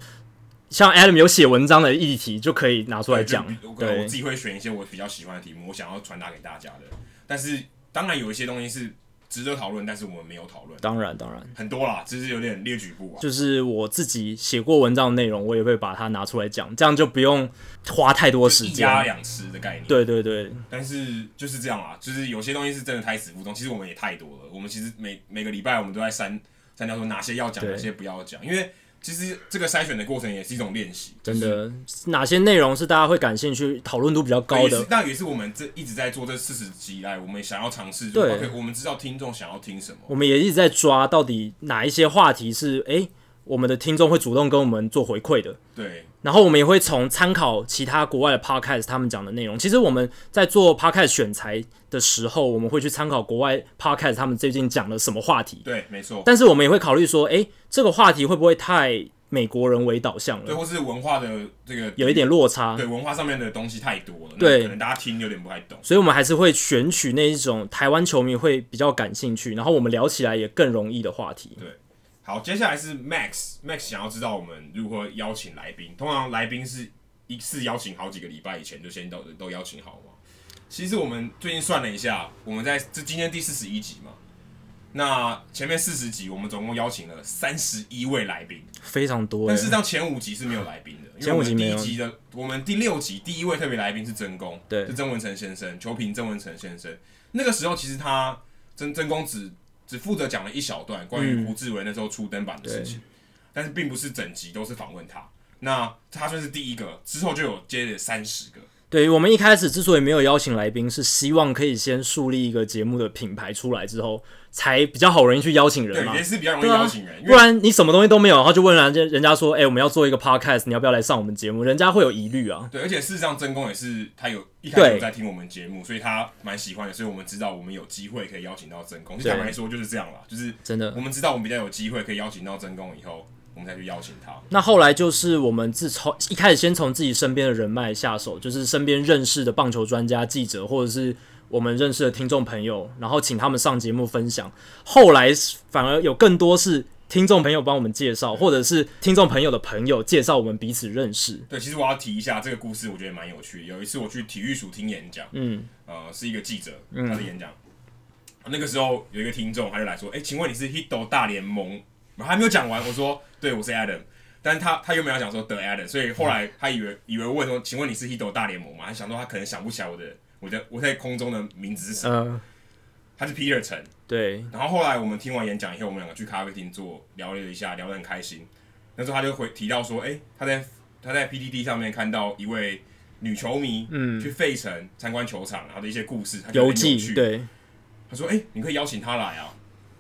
Speaker 1: 像 Adam 有写文章的议题，就可以拿出来讲
Speaker 2: 就比我。可能我
Speaker 1: 对
Speaker 2: 自，己会选一些我比较喜欢的题目，我想要传达给大家的。但是，当然有一些东西是值得讨论，但是我们没有讨论
Speaker 1: 当然当然。
Speaker 2: 很多啦，只是有点列举不完。
Speaker 1: 就是我自己写过文章的内容，我也会把它拿出来讲，这样就不用花太多时
Speaker 2: 一家
Speaker 1: 间。
Speaker 2: 两吃的概念，
Speaker 1: 对对对
Speaker 2: 但是就是这样啦，就是有些东西是真的胎死腹中。其实我们也太多了，我们其实每每个礼拜我们都在删删掉说哪些要讲，
Speaker 1: 对
Speaker 2: 哪些不要讲，因为其实这个筛选的过程也是一种练习，
Speaker 1: 真的，哪些内容是大家会感兴趣、讨论度比较高
Speaker 2: 也是
Speaker 1: 的？
Speaker 2: 那也是我们这一直在做这四十集以来，我们想要尝试，就
Speaker 1: 对
Speaker 2: OK，我们知道听众想要听什么，
Speaker 1: 我们也一直在抓，到底哪一些话题是诶、我们的听众会主动跟我们做回馈的。
Speaker 2: 对，
Speaker 1: 然后我们也会从参考其他国外的 podcast 他们讲的内容。其实我们在做 podcast 选材的时候，我们会去参考国外 podcast 他们最近讲了什么话题，
Speaker 2: 对，没错，
Speaker 1: 但是我们也会考虑说，诶、这个话题会不会太美国人为导向了
Speaker 2: 对，？或是文化的这个
Speaker 1: 有一点落差
Speaker 2: 对，文化上面的东西太多了，那
Speaker 1: 对
Speaker 2: 可能大家听有点不太懂，
Speaker 1: 所以我们还是会选取那一种台湾球迷会比较感兴趣，然后我们聊起来也更容易的话题。
Speaker 2: 对。好，接下来是 Max，Max 想要知道我们如何邀请来宾，通常来宾是一次邀请好几个礼拜以前就先都都邀请好嘛。其实我们最近算了一下，我们在这今天第四十一集嘛，那前面四十集我们总共邀请了三十一位来宾。
Speaker 1: 非常多、
Speaker 2: 但事实
Speaker 1: 欸，
Speaker 2: 上前五集是没有来宾的，因为
Speaker 1: 前
Speaker 2: 我
Speaker 1: 五集
Speaker 2: 们第
Speaker 1: 没
Speaker 2: 一
Speaker 1: 有
Speaker 2: 集的我们第六集第一位特别来宾是曾公，
Speaker 1: 对
Speaker 2: 是曾文成先生，球评曾文成先生。那个时候其实他曾曾公只只负责讲了一小段关于胡志伟那时候初登板的事情，但是并不是整集都是访问他。那他算是第一个，之后就有接了三十个，
Speaker 1: 对我们一开始之所以没有邀请来宾，是希望可以先树立一个节目的品牌出来之后，才比较好容易去邀请人嘛
Speaker 2: 对，也。是比较容易
Speaker 1: 对啊
Speaker 2: 邀请人，因
Speaker 1: 不
Speaker 2: 为
Speaker 1: 然你什么东西都没有，然后就问人家人家说，哎、我们要做一个 podcast，你要不要来上我们节目？人家会有疑虑啊。
Speaker 2: 对，而且事实上真公也是他有一开始有
Speaker 1: 对
Speaker 2: 在听我们节目，所以他蛮喜欢的，所以我们知道我们有机会可以邀请到真公。就
Speaker 1: 对
Speaker 2: 坦白说就是这样啦，就是
Speaker 1: 真的
Speaker 2: 我们知道我们比较有机会可以邀请到真公以后，我们才去邀请他。
Speaker 1: 那后来就是我们自从一开始先从自己身边的人脉下手，就是身边认识的棒球专家、记者，或者是我们认识的听众朋友，然后请他们上节目分享。后来反而有更多是听众朋友帮我们介绍，或者是听众朋友的朋友介绍我们彼此认识。
Speaker 2: 对，其实我要提一下这个故事，我觉得蛮有趣的。有一次我去体育署听演讲，
Speaker 1: 嗯，
Speaker 2: 呃，是一个记者他的演讲，那个时候有一个听众他就来说：“哎、请问你是 Hito 大联盟？”我还没有讲完，我说：“对，我是 Adam。”但是他他原本要讲说 The Adam，所以后来他以为、以为问说：“请问你是 Hito 大联盟吗？”他想说他可能想不起来我的我的我在空中的名字是什么，
Speaker 1: 呃，
Speaker 2: 他是 Peter 陈。
Speaker 1: 对，
Speaker 2: 然后后来我们听完演讲以后，我们两个去咖啡厅坐聊了一下，聊得很开心。那时候他就回提到说，哎，他在他在 PDD 上面看到一位女球迷，嗯，去费城参观球场，然后的一些故事，他觉得
Speaker 1: 呃游
Speaker 2: 很有
Speaker 1: 记，
Speaker 2: 趣。
Speaker 1: 对，
Speaker 2: 他说，哎，你可以邀请他来啊。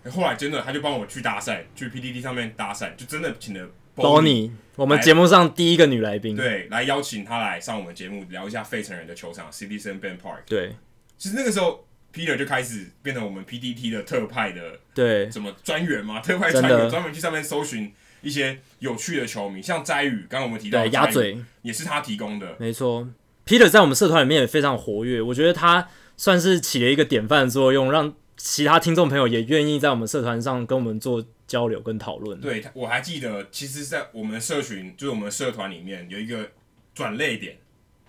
Speaker 2: 诶后来真的，他就帮我去搭讪，去 PDD 上面搭讪，就真的请了
Speaker 1: Bonnie，我们节目上第一个女来宾，
Speaker 2: 对，来邀请他来上我们节目，聊一下费城人的球场 Citizen Bank Park。
Speaker 1: 对
Speaker 2: 其实那个时候，Peter 就开始变成我们 PDT 的特派的
Speaker 1: 对
Speaker 2: 怎么专员嘛，特派
Speaker 1: 真
Speaker 2: 专
Speaker 1: 的
Speaker 2: 员专门去上面搜寻一些有趣的球迷，像斋宇，刚刚我们提到
Speaker 1: 对，
Speaker 2: 的
Speaker 1: 鸭
Speaker 2: 斋宇
Speaker 1: 嘴，
Speaker 2: 也是他提供的，
Speaker 1: 没错，Peter 在我们社团里面也非常活跃，我觉得他算是起了一个典范的作用，让其他听众朋友也愿意在我们社团上跟我们做交流跟讨论。
Speaker 2: 对，他我还记得，其实，在我们的社群，就是我们的社团里面有一个转类点，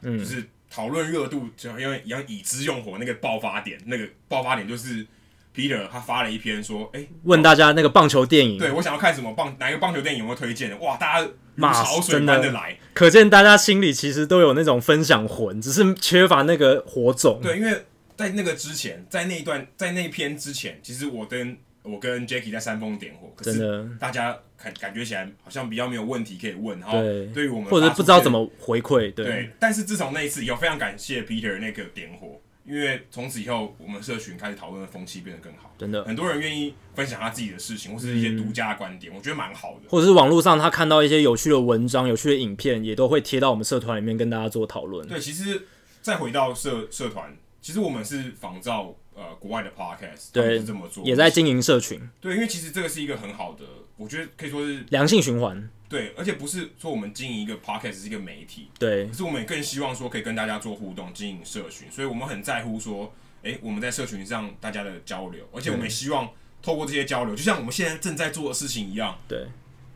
Speaker 1: 嗯
Speaker 2: 就是讨论热度，就因为一样已知用火那个爆发点，那个爆发点就是 Peter 他发了一篇说，哎、
Speaker 1: 问大家那个棒球电影，
Speaker 2: 对我想要看什么棒，哪一个棒球电影有没有推荐的？哇，大家如
Speaker 1: 骂
Speaker 2: 潮水
Speaker 1: 真的
Speaker 2: 般的来，
Speaker 1: 可见大家心里其实都有那种分享魂，只是缺乏那个火种。
Speaker 2: 对，因为在那个之前，在那一段，在那一篇之前，其实我跟我跟 Jacky 在煽风点火，可
Speaker 1: 真
Speaker 2: 是
Speaker 1: 的，
Speaker 2: 大家感感觉起来好像比较没有问题可以问，然后
Speaker 1: 对
Speaker 2: 对于我们
Speaker 1: 或者
Speaker 2: 发
Speaker 1: 是
Speaker 2: 出
Speaker 1: 不知道
Speaker 2: 这
Speaker 1: 怎么回馈，对，
Speaker 2: 对，但是自从那一次以后，非常感谢 Peter 那个点火，因为从此以后我们社群开始讨论的风气变得更好，
Speaker 1: 真的。
Speaker 2: 很多人愿意分享他自己的事情或是一些独家的观点，我觉得蛮好的。
Speaker 1: 或者是网络上他看到一些有趣的文章、有趣的影片，也都会贴到我们社团里面跟大家做讨论。
Speaker 2: 对，其实再回到社社团，其实我们是仿照呃国外的 podcast，他们
Speaker 1: 对
Speaker 2: 是这么做，
Speaker 1: 也在经营社群，
Speaker 2: 对，因为其实这个是一个很好的，我觉得可以说是
Speaker 1: 良性循环。
Speaker 2: 对，而且不是说我们经营一个 podcast 是一个媒体，
Speaker 1: 对
Speaker 2: 可，是我们也更希望说可以跟大家做互动，经营社群，所以我们很在乎说，诶，我们在社群上大家的交流，而且我们也希望透过这些交流，就像我们现在正在做的事情一样，
Speaker 1: 对，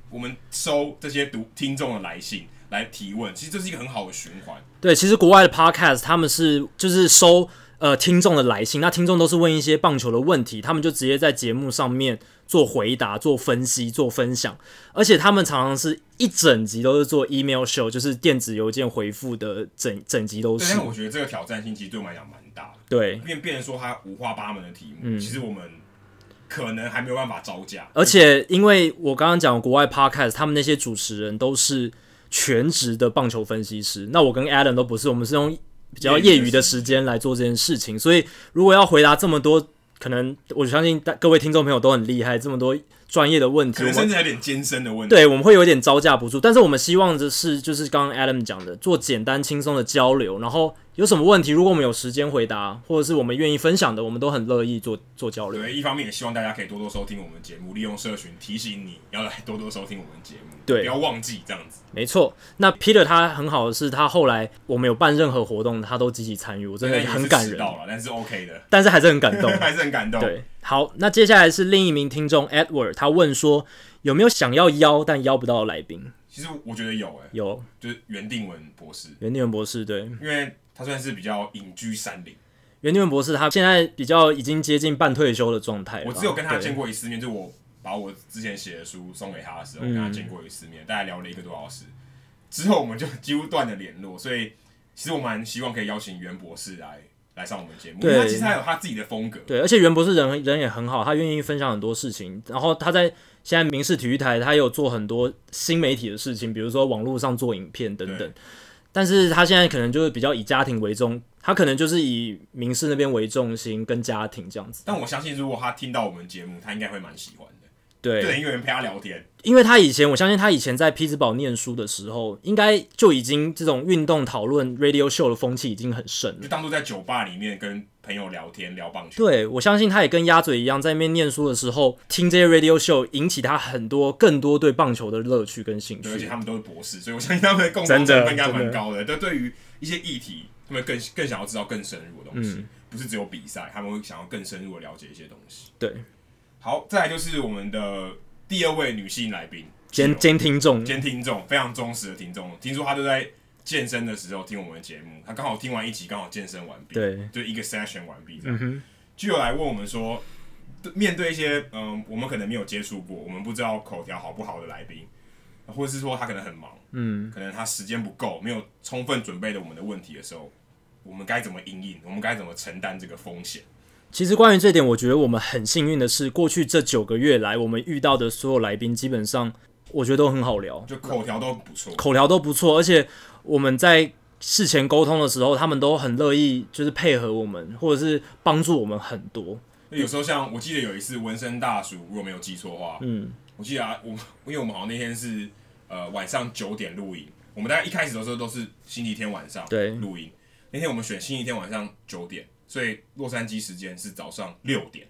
Speaker 2: 我们收这些读听众的来信来提问，其实这是一个很好的循环。
Speaker 1: 对，其实国外的 podcast 他们是就是收呃听众的来信，那听众都是问一些棒球的问题，他们就直接在节目上面做回答、做分析、做分享，而且他们常常是一整集都是做 email show，就是电子邮件回复的整整集都
Speaker 2: 对，
Speaker 1: 是
Speaker 2: 但。我觉得这个挑战性其实对我们来讲蛮大的，
Speaker 1: 对，
Speaker 2: 变变成说它五花八门的题目，其实我们可能还没有办法招架，
Speaker 1: 嗯而且因为我刚刚讲国外 podcast，他们那些主持人都是全职的棒球分析师，那我跟 Adam 都不是，我们是用比较业余的时间来做这件事情，所以如果要回答这么多，可能我相信大各位听众朋友都很厉害，这么多专业的问题，
Speaker 2: 可
Speaker 1: 我
Speaker 2: 能
Speaker 1: 们
Speaker 2: 甚至还有点艰深的问题。
Speaker 1: 对我们会有点招架不住，但是我们希望的是，就是刚刚 Adam 讲的，做简单轻松的交流，然后有什么问题，如果我们有时间回答，或者是我们愿意分享的，我们都很乐意做做交流。
Speaker 2: 对，一方面也希望大家可以多多收听我们的节目，利用社群提醒你要来多多收听我们的节目，
Speaker 1: 对
Speaker 2: 不要忘记这样子。
Speaker 1: 没错，那 Peter 他很好的是，他后来我们有办任何活动，他都积极参与，我真的
Speaker 2: 虽然也
Speaker 1: 很
Speaker 2: 是
Speaker 1: 感
Speaker 2: 迟
Speaker 1: 人，
Speaker 2: 到了，但是 OK 的， (laughs)
Speaker 1: 但是还是很感动。
Speaker 2: 还是很感动。
Speaker 1: 对，好，那接下来是另一名听众 Edward，他问说有没有想要邀但邀不到的来宾？
Speaker 2: 其实我觉得有哎、
Speaker 1: 有
Speaker 2: 就是袁定文博士，
Speaker 1: 袁定文博士，对，
Speaker 2: 因为他算是比较隐居山林，
Speaker 1: 袁定文博士他现在比较已经接近半退休的状态了吧，
Speaker 2: 我只有跟他
Speaker 1: 对
Speaker 2: 见过一次面，就是我把我之前写的书送给他的时候，
Speaker 1: 嗯
Speaker 2: 我跟他见过一次面，大概聊了一个多小时，之后我们就几乎断了联络，所以其实我蛮希望可以邀请袁博士来来上我们节目，因为他
Speaker 1: 对
Speaker 2: 其实他有他自己的风格。
Speaker 1: 对，而且袁博士人人也很好，他愿意分享很多事情。然后他在现在民视体育台，他有做很多新媒体的事情，比如说网络上做影片等等。但是他现在可能就是比较以家庭为重，他可能就是以民事那边为重心跟家庭这样子。
Speaker 2: 但我相信，如果他听到我们节目，他应该会蛮喜欢的，
Speaker 1: 对，
Speaker 2: 就等于有人陪他聊天。
Speaker 1: 因为他以前，我相信他以前在匹兹堡念书的时候，应该就已经这种运动讨论 radio show 的风气已经很盛
Speaker 2: 就
Speaker 1: 了。
Speaker 2: 当做在酒吧里面跟朋友聊天聊棒球。
Speaker 1: 对，我相信他也跟鸭嘴一样，在那边念书的时候听这些 radio show，引起他很多更多对棒球的乐趣跟兴
Speaker 2: 对，而且
Speaker 1: 趣。
Speaker 2: 他们都是博士，所以我相信他们的共
Speaker 1: 真
Speaker 2: 同
Speaker 1: 的
Speaker 2: 成分应该
Speaker 1: 真
Speaker 2: 蛮
Speaker 1: 的
Speaker 2: 高的。但对于一些议题，他们更更想要知道更深入的东西，
Speaker 1: 嗯
Speaker 2: 不是只有比赛，他们会想要更深入的了解一些东西。
Speaker 1: 对，
Speaker 2: 好，再来就是我们的第二位女性来宾，
Speaker 1: 兼兼听众，
Speaker 2: 兼听众，非常忠实的听众。听说她都在健身的时候听我们的节目，她刚好听完一集，刚好健身完毕，
Speaker 1: 对，
Speaker 2: 就一个 session 完毕这样。
Speaker 1: 嗯哼，
Speaker 2: 就有来问我们说，对面对一些嗯，我们可能没有接触过，我们不知道口条好不好的来宾，或者是说他可能很忙，
Speaker 1: 嗯，
Speaker 2: 可能他时间不够，没有充分准备的我们的问题的时候，我们该怎么应应？我们该怎么承担这个风险？
Speaker 1: 其实关于这点，我觉得我们很幸运的是，过去这九个月来，我们遇到的所有来宾，基本上我觉得都很好聊。
Speaker 2: 就口条都不错，
Speaker 1: 口条都不错，而且我们在事前沟通的时候，他们都很乐意，就是配合我们，或者是帮助我们很多。
Speaker 2: 有时候像我记得有一次纹身大叔，如果没有记错的话，
Speaker 1: 嗯，
Speaker 2: 我记得啊，我们因为我们好像那天是呃晚上九点录影，我们大概一开始的时候都是星期天晚上
Speaker 1: 对
Speaker 2: 录音。那天我们选星期天晚上九点，所以洛杉矶时间是早上六点。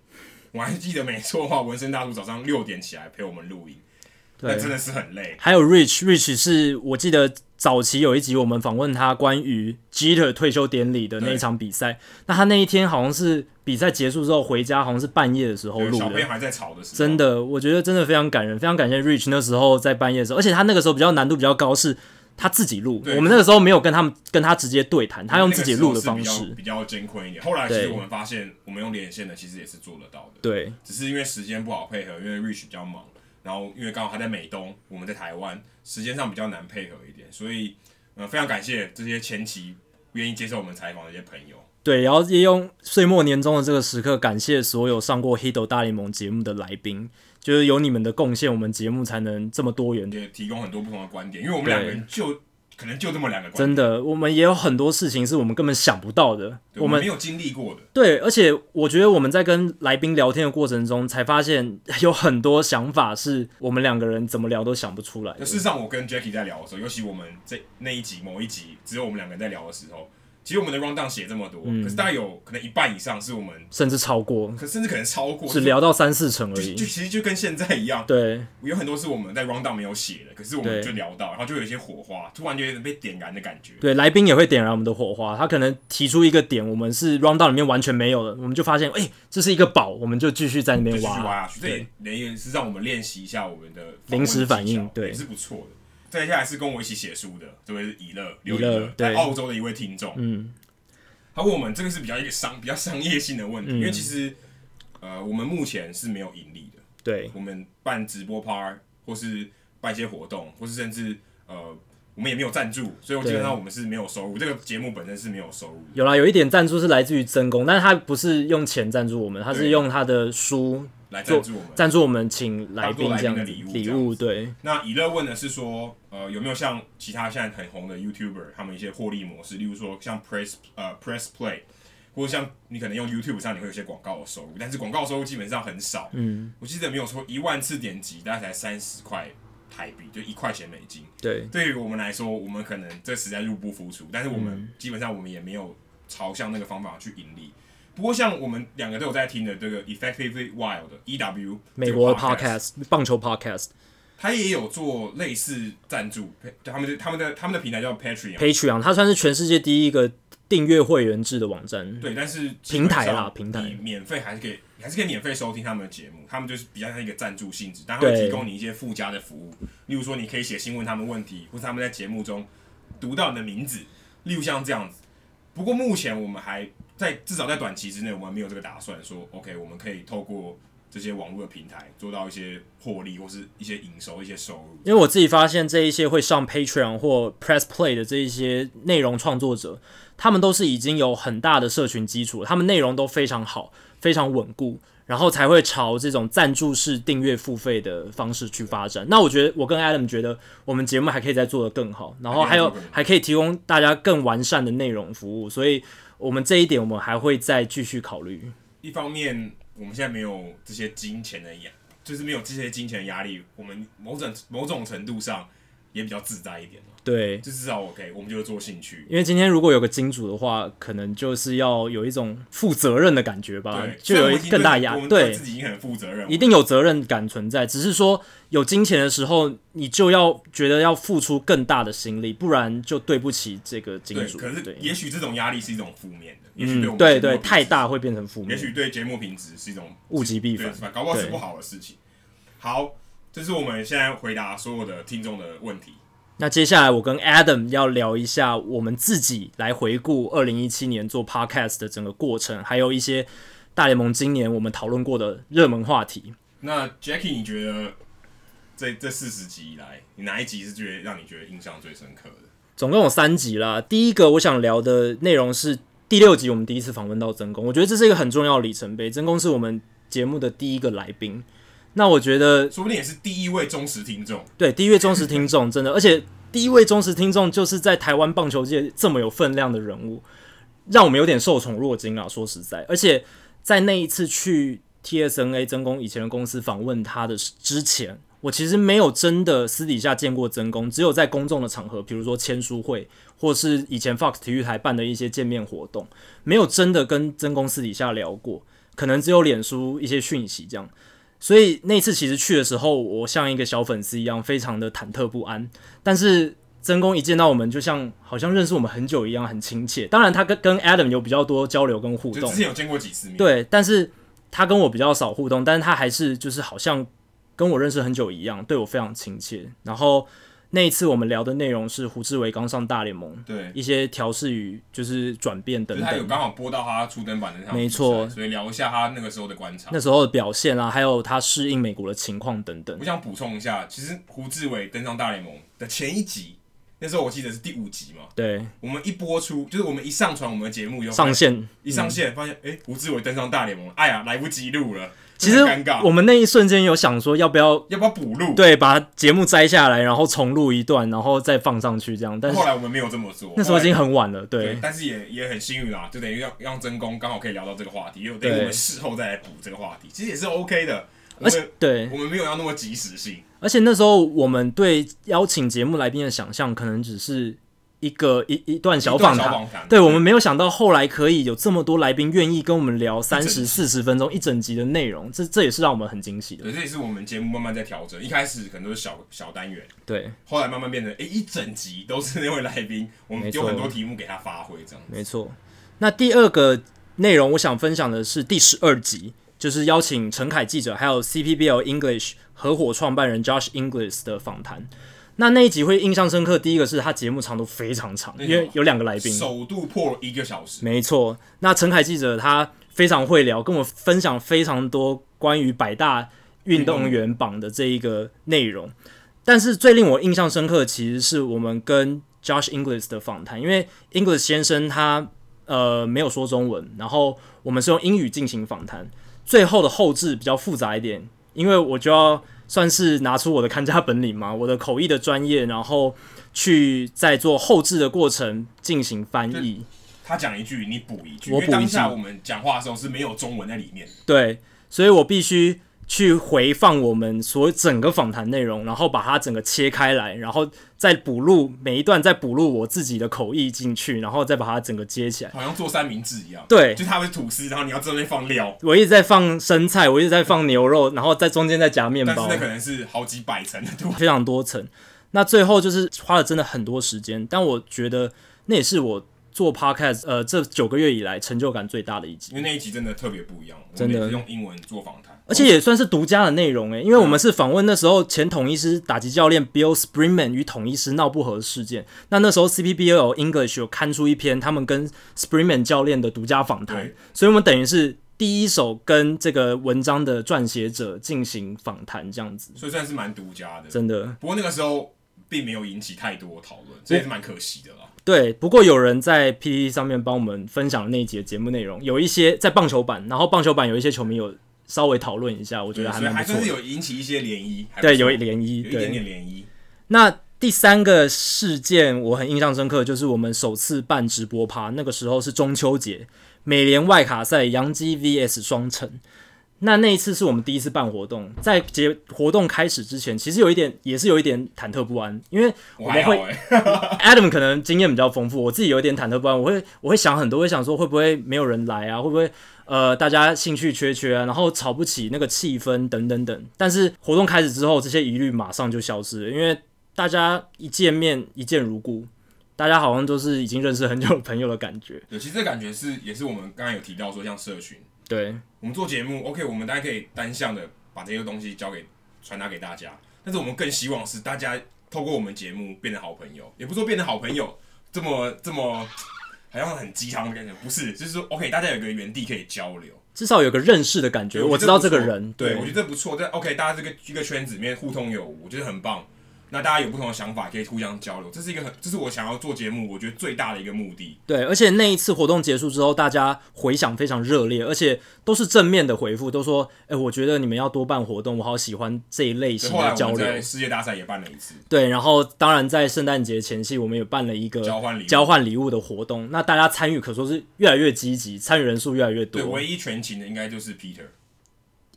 Speaker 2: 我还记得没错的话，纹身大叔早上六点起来陪我们录音，那
Speaker 1: 对。
Speaker 2: 真的是很累。
Speaker 1: 还有 Rich，Rich 是我记得早期有一集我们访问他关于 Jeter 退休典礼的那一场比赛，那他那一天好像是比赛结束之后回家，好像是半夜的时候
Speaker 2: 对
Speaker 1: 录
Speaker 2: 小朋友
Speaker 1: 的。
Speaker 2: 还在吵的时候，
Speaker 1: 真
Speaker 2: 的
Speaker 1: 的，我觉得真的非常感人，非常感谢 Rich 那时候在半夜的时候，而且他那个时候比较难度比较高，是他自己录。
Speaker 2: 对
Speaker 1: 我们那个时候没有跟他们跟他直接对谈，他用自己录的方
Speaker 2: 那个时候是
Speaker 1: 式
Speaker 2: 比较。比较艰困一点。后来其实
Speaker 1: 对
Speaker 2: 我们发现，我们用连线的其实也是做得到的。
Speaker 1: 对，
Speaker 2: 只是因为时间不好配合，因为 Rich 比较忙，然后因为刚好他在美东，我们在台湾，时间上比较难配合一点，所以呃非常感谢这些前期愿意接受我们采访的一些朋友。
Speaker 1: 对，然后也用岁末年终的这个时刻，感谢所有上过《Hito 大联盟》节目的来宾，就是有你们的贡献，我们节目才能这么多元。
Speaker 2: 也提供很多不同的观点，因为我们两个人就可能就这么两个观
Speaker 1: 真的，我们也有很多事情是我们根本想不到的。
Speaker 2: 点，
Speaker 1: 我
Speaker 2: 我们
Speaker 1: 们
Speaker 2: 没有经历过的，
Speaker 1: 对，而且我觉得我们在跟来宾聊天的过程中，才发现有很多想法是我们两个人怎么聊都想不出来的
Speaker 2: 就。事实上，我跟 Jackie 在聊的时候，尤其我们这那一集某一集只有我们两个人在聊的时候，其实我们的 round down 写这么多，
Speaker 1: 嗯
Speaker 2: 可是大概有可能一半以上是我们，
Speaker 1: 甚至超过，
Speaker 2: 可甚至可能超过，
Speaker 1: 只聊到三四成而
Speaker 2: 就就
Speaker 1: 已。
Speaker 2: 其实就跟现在一样，
Speaker 1: 对，
Speaker 2: 有很多是我们在 round down 没有写的，可是我
Speaker 1: 对
Speaker 2: 们就聊到，然后就有一些火花，突然就有点被点燃的感觉。
Speaker 1: 对，来宾也会点燃我们的火花。他可能提出一个点，我们是 round down 里面完全没有的，我们就发现，哎、这是一个宝，我们就继续在那
Speaker 2: 就
Speaker 1: 边
Speaker 2: 继续
Speaker 1: 挖。
Speaker 2: 挖下去，这也这也是让我们练习一下我们的访问
Speaker 1: 临时反应
Speaker 2: 技巧
Speaker 1: 对
Speaker 2: 也是不错的。再下来是跟我一起写书的，这位是以乐，刘
Speaker 1: 乐
Speaker 2: 以乐，
Speaker 1: 对
Speaker 2: 在澳洲的一位听众，
Speaker 1: 嗯，
Speaker 2: 他问我们这个是比较一个商比较商业性的
Speaker 1: 嗯
Speaker 2: 问题，因为其实呃我们目前是没有盈利的，
Speaker 1: 对，
Speaker 2: 我们办直播趴，或是办一些活动，或是甚至呃我们也没有赞助，所以我基本上我们是没有收入，这个节目本身是没有收入的。
Speaker 1: 有啦，有一点赞助是来自于真功，但是他不是用钱赞助我们，他是
Speaker 2: 对
Speaker 1: 用他的书
Speaker 2: 来
Speaker 1: 做
Speaker 2: 赞助我们，
Speaker 1: 赞助我们请来宾这样子
Speaker 2: 当做来宾的
Speaker 1: 礼
Speaker 2: 礼物
Speaker 1: 物，对
Speaker 2: 那以乐问的是说，呃，有没有像其他现在很红的 YouTuber 他们一些获利模式，例如说像 Press 呃 Press Play，或者像你可能用 YouTube 上你会有一些广告的收入，但是广告收入基本上很少。嗯，我记得没有错，一万次点击大概才三十块台币，就一块钱美金。
Speaker 1: 对
Speaker 2: 对于我们来说，我们可能这实在入不敷出，但是我
Speaker 1: 嗯
Speaker 2: 们基本上我们也没有朝向那个方法去盈利。不过像我们两个都有在听的这个 Effectively Wild 的 E EW
Speaker 1: 美国的
Speaker 2: p o d
Speaker 1: podcast 棒球 podcast
Speaker 2: 他也有做类似赞助，他们的他们的他们的平台叫 Patreon，
Speaker 1: Patreon，它算是全世界第一个订阅会员制的网站，
Speaker 2: 对，但是
Speaker 1: 嗯
Speaker 2: 基
Speaker 1: 平
Speaker 2: 本
Speaker 1: 台
Speaker 2: 上
Speaker 1: 啦平台
Speaker 2: 你免费还是可以，你还是可以免费收听他们的节目，他们就是比较像一个赞助性质，但他会
Speaker 1: 对
Speaker 2: 提供你一些附加的服务，例如说你可以写信问他们问题，或是他们在节目中读到你的名字，例如像这样子。不过目前我们还在至少在短期之内，我们没有这个打算说，OK，我们可以透过这些网络的平台做到一些获利或是一些营收、一些收入。
Speaker 1: 因为我自己发现这一些会上 Patreon 或 Press Play 的这一些内容创作者，他们都是已经有很大的社群基础了，他们内容都非常好，非常稳固，然后才会朝这种赞助式订阅付费的方式去发展。那我觉得，我跟 Adam 觉得，我们节目还可以再做得更好，然后还有还可以提供大家更完善的内容服务，所以我们这一点我们还会再继续考虑。
Speaker 2: 一方面我们现在没有这些金钱的压，就是没有这些金钱的压力，我们某种某种程度上也比较自在一点嘛。
Speaker 1: 对，
Speaker 2: 就至少我可以，我们就是做兴趣。
Speaker 1: 因为今天如果有个金主的话，可能就是要有一种负责任的感觉吧
Speaker 2: 对，，
Speaker 1: 啊就
Speaker 2: 虽然
Speaker 1: 有
Speaker 2: 我
Speaker 1: 一
Speaker 2: 已经
Speaker 1: 更大
Speaker 2: 对
Speaker 1: 压
Speaker 2: 我们
Speaker 1: 对
Speaker 2: 自。己已经很负责任了，
Speaker 1: 一定有责任感存在，只是说有金钱的时候，你就要觉得要付出更大的心力，不然就对不起这个金
Speaker 2: 对。
Speaker 1: 主。
Speaker 2: 可是
Speaker 1: 对，
Speaker 2: 也许这种压力是一种负面的，也许对
Speaker 1: 嗯，
Speaker 2: 我们
Speaker 1: 对
Speaker 2: 节目
Speaker 1: 对，
Speaker 2: 品质
Speaker 1: 太，大会变成负
Speaker 2: 也
Speaker 1: 面，
Speaker 2: 许对节目品质是一种
Speaker 1: 物极必
Speaker 2: 对，
Speaker 1: 反
Speaker 2: 是。吧？搞不好是
Speaker 1: 对
Speaker 2: 不好的事情。好，这是我们现在回答所有的听众的问题。
Speaker 1: 那接下来我跟 Adam 要聊一下我们自己来回顾二零一七年做 Podcast 的整个过程，还有一些大联盟今年我们讨论过的热门话题。
Speaker 2: 那 Jackie，你觉得这这四十集以来，你哪一集是觉得让你觉得印象最深刻的？
Speaker 1: 总共有三集啦。第一个我想聊的内容是第六集，我们第一次访问到曾公，我觉得这是一个很重要的里程碑。曾公是我们节目的第一个来宾，那我觉得
Speaker 2: 说不定也是第一位忠实听众。
Speaker 1: 对第一位忠实听众真的，而且第一位忠实听众就是在台湾棒球界这么有分量的人物，让我们有点受宠若惊啊。说实在，而且在那一次去 TSNA 曾公以前的公司访问他的之前。我其实没有真的私底下见过曾公，只有在公众的场合，比如说签书会，或是以前 Fox 体育台办的一些见面活动，没有真的跟曾公私底下聊过，可能只有脸书一些讯息这样。所以那次其实去的时候，我像一个小粉丝一样，非常的忐忑不安。但是曾公一见到我们，就像好像认识我们很久一样，很亲切。当然，他跟跟 Adam 有比较多交流跟互
Speaker 2: 就
Speaker 1: 动
Speaker 2: 之，前有见过几次面，，
Speaker 1: 对，但是他跟我比较少互动，但是他还是就是好像跟我认识很久一样，对我非常亲切。然后那一次我们聊的内容是胡志伟刚上大联盟，
Speaker 2: 对，
Speaker 1: 一些调试与就是转变
Speaker 2: 就
Speaker 1: 等
Speaker 2: 是他有
Speaker 1: 等。
Speaker 2: 刚好播到他初登版的那场比赛，
Speaker 1: 没错
Speaker 2: 所以聊一下他那个时候的观察。
Speaker 1: 那时候的表现啊，还有他适应美国的情况等等
Speaker 2: 我。想补充一下，其实胡志伟登上大联盟的前一集，那时候我记得是第五集嘛，
Speaker 1: 对，
Speaker 2: 我们一播出，就是我们一上传我们的节目以后，
Speaker 1: 上线
Speaker 2: 一上线发现，哎、胡志伟登上大联盟，哎呀，来不及录了，
Speaker 1: 其实
Speaker 2: 很尴尬，
Speaker 1: 我们那一瞬间有想说要不要
Speaker 2: 要不要补录？
Speaker 1: 对把节目摘下来，然后重录一段，然后再放上去这样。但是
Speaker 2: 后来我们没有这么做，
Speaker 1: 那时候已
Speaker 2: 后来
Speaker 1: 经很晚了，
Speaker 2: 对
Speaker 1: 对，
Speaker 2: 但是也也很幸运啦，就等于让让真功刚好可以聊到这个话题，又等于
Speaker 1: 对
Speaker 2: 我们事后再来补这个话题，其实也是 OK 的。我
Speaker 1: 而且
Speaker 2: 们
Speaker 1: 对
Speaker 2: 我，们没有要那么及时性，
Speaker 1: 而且那时候我们对邀请节目来宾的想象，可能只是一个一一段小访
Speaker 2: 一段小
Speaker 1: 谈。
Speaker 2: 访谈，
Speaker 1: 对我们没有想到，后来可以有这么多来宾愿意跟我们聊三
Speaker 2: 集
Speaker 1: 十四十分钟一整集的内容，这这也是让我们很惊喜的。
Speaker 2: 对，这也是我们节目慢慢在调整。一开始可能都是小小单元，
Speaker 1: 对，
Speaker 2: 后来慢慢变成哎、诶一整集都是那位来宾，我们
Speaker 1: 没
Speaker 2: 丢
Speaker 1: 错
Speaker 2: 很多题目给他发挥这样。
Speaker 1: 没错。那第二个内容，我想分享的是第十二集，就是邀请陈凯记者还有 CPBL English 合伙创办人 Josh English 的访谈。那那一集会印象深刻，第一个是他节目长度非常长，
Speaker 2: 那个
Speaker 1: 因为有两个来宾，
Speaker 2: 首度破了一个小时，
Speaker 1: 没错，那陈凯记者他非常会聊，跟我分享非常多关于百大运动员榜的这一个内容。但是最令我印象深刻，的其实是我们跟 Josh English 的访谈，因为 English 先生他呃没有说中文，然后我们是用英语进行访谈，最后的后置比较复杂一点，因为我就要算是拿出我的看家本领嘛，我的口译的专业，然后去在做后置的过程进行翻译。
Speaker 2: 他讲一句你补一句，
Speaker 1: 我
Speaker 2: 因
Speaker 1: 补
Speaker 2: 为
Speaker 1: 一句
Speaker 2: 当下我们讲话的时候是没有中文在里面，
Speaker 1: 对，所以我必须去回放我们所整个访谈内容，然后把它整个切开来，然后再补录每一段，再补录我自己的口译进去，然后再把它整个接起来。
Speaker 2: 好像做三明治一样。
Speaker 1: 对
Speaker 2: 就他会吐司，然后你要这边放料，
Speaker 1: 我一直在放生菜，我一直在放牛肉，然后在中间再夹面
Speaker 2: 但是
Speaker 1: 包
Speaker 2: 那，可能是好几百层的图。
Speaker 1: 非常多层。那最后就是花了真的很多时间，但我觉得那也是我做 podcast 呃这九个月以来成就感最大的一集
Speaker 2: 因。为那一集真的特别不一样，
Speaker 1: 真的
Speaker 2: 我们也是用英文做访谈，
Speaker 1: 而且也算是独家的内容欸诶，因
Speaker 2: 嗯
Speaker 1: 为我们是访问那时候前统一师打击教练 Bill Springman 与统一师闹不和事件。那那时候 CPBL English 有刊出一篇他们跟 Springman 教练的独家访谈
Speaker 2: 对，
Speaker 1: 所以我们等于是第一手跟这个文章的撰写者进行访谈，这样子
Speaker 2: 所以算是蛮独家的。
Speaker 1: 真的
Speaker 2: 不过那个时候并没有引起太多讨论，这也是蛮可惜的啦。
Speaker 1: 对。不过有人在 PPT 上面帮我们分享了那一节节目内容，有一些在棒球版，然后棒球版有一些球迷有稍微讨论一下，我觉
Speaker 2: 对，
Speaker 1: 得还
Speaker 2: 嗯所以
Speaker 1: 蛮
Speaker 2: 还
Speaker 1: 不错
Speaker 2: 算是
Speaker 1: 的。
Speaker 2: 有引起一些涟漪，还不
Speaker 1: 对，
Speaker 2: 错
Speaker 1: 有
Speaker 2: 有
Speaker 1: 涟
Speaker 2: 一
Speaker 1: 漪，对，
Speaker 2: 点点涟漪。
Speaker 1: 那第三个事件我很印象深刻，就是我们首次办直播趴，那个时候是中秋节，美联外卡赛杨基 VS 双城。那那一次是我们第一次办活动，在节活动开始之前，其实有一点也是有一点忐忑不安，因为我
Speaker 2: 我
Speaker 1: 们
Speaker 2: 还好
Speaker 1: 会
Speaker 2: 哎、
Speaker 1: Adam 可能经验比较丰富，我自己有一点忐忑不安，我会我会想很多，会想说会不会没有人来啊，会不会呃大家兴趣缺缺啊，然后吵不起那个气氛等等等。但是活动开始之后，这些疑虑马上就消失了，因为大家一见面一见如故，大家好像都是已经认识很久的朋友的感觉。
Speaker 2: 对，其实这感觉是也是我们刚才有提到说，像社群，
Speaker 1: 对
Speaker 2: 我们做节目，OK，我们大家可以单向的把这些东西交给传达给大家，但是我们更希望是大家透过我们节目变成好朋友，也不是说变成好朋友这么这么好像很鸡汤的感觉，不是，就是说 OK，大家有一个原地可以交流。
Speaker 1: 至少有个认识的感觉，
Speaker 2: 对
Speaker 1: 我
Speaker 2: 觉
Speaker 1: 知
Speaker 2: 得
Speaker 1: 道
Speaker 2: 不
Speaker 1: 这个
Speaker 2: 错
Speaker 1: 人。
Speaker 2: 对我觉得这不错。但 OK，大家这个一个圈子里面互通有无，我觉得很棒。那大家有不同的想法，可以互相交流，这是一个很，这是我想要做节目，我觉得最大的一个目的。
Speaker 1: 对，而且那一次活动结束之后，大家回响非常热烈，而且都是正面的回复，都说：“哎、我觉得你们要多办活动，我好喜欢这一类
Speaker 2: 所
Speaker 1: 型
Speaker 2: 以后来
Speaker 1: 的
Speaker 2: 我
Speaker 1: 交
Speaker 2: 们
Speaker 1: 流。
Speaker 2: 在世界大赛也办了一次，”
Speaker 1: 对，然后当然在圣诞节前夕，我们也办了一个
Speaker 2: 交换礼物
Speaker 1: 交换礼物的活动，那大家参与可说是越来越积极，参与人数越来越
Speaker 2: 对，
Speaker 1: 多，
Speaker 2: 唯一全勤的应该就是 Peter，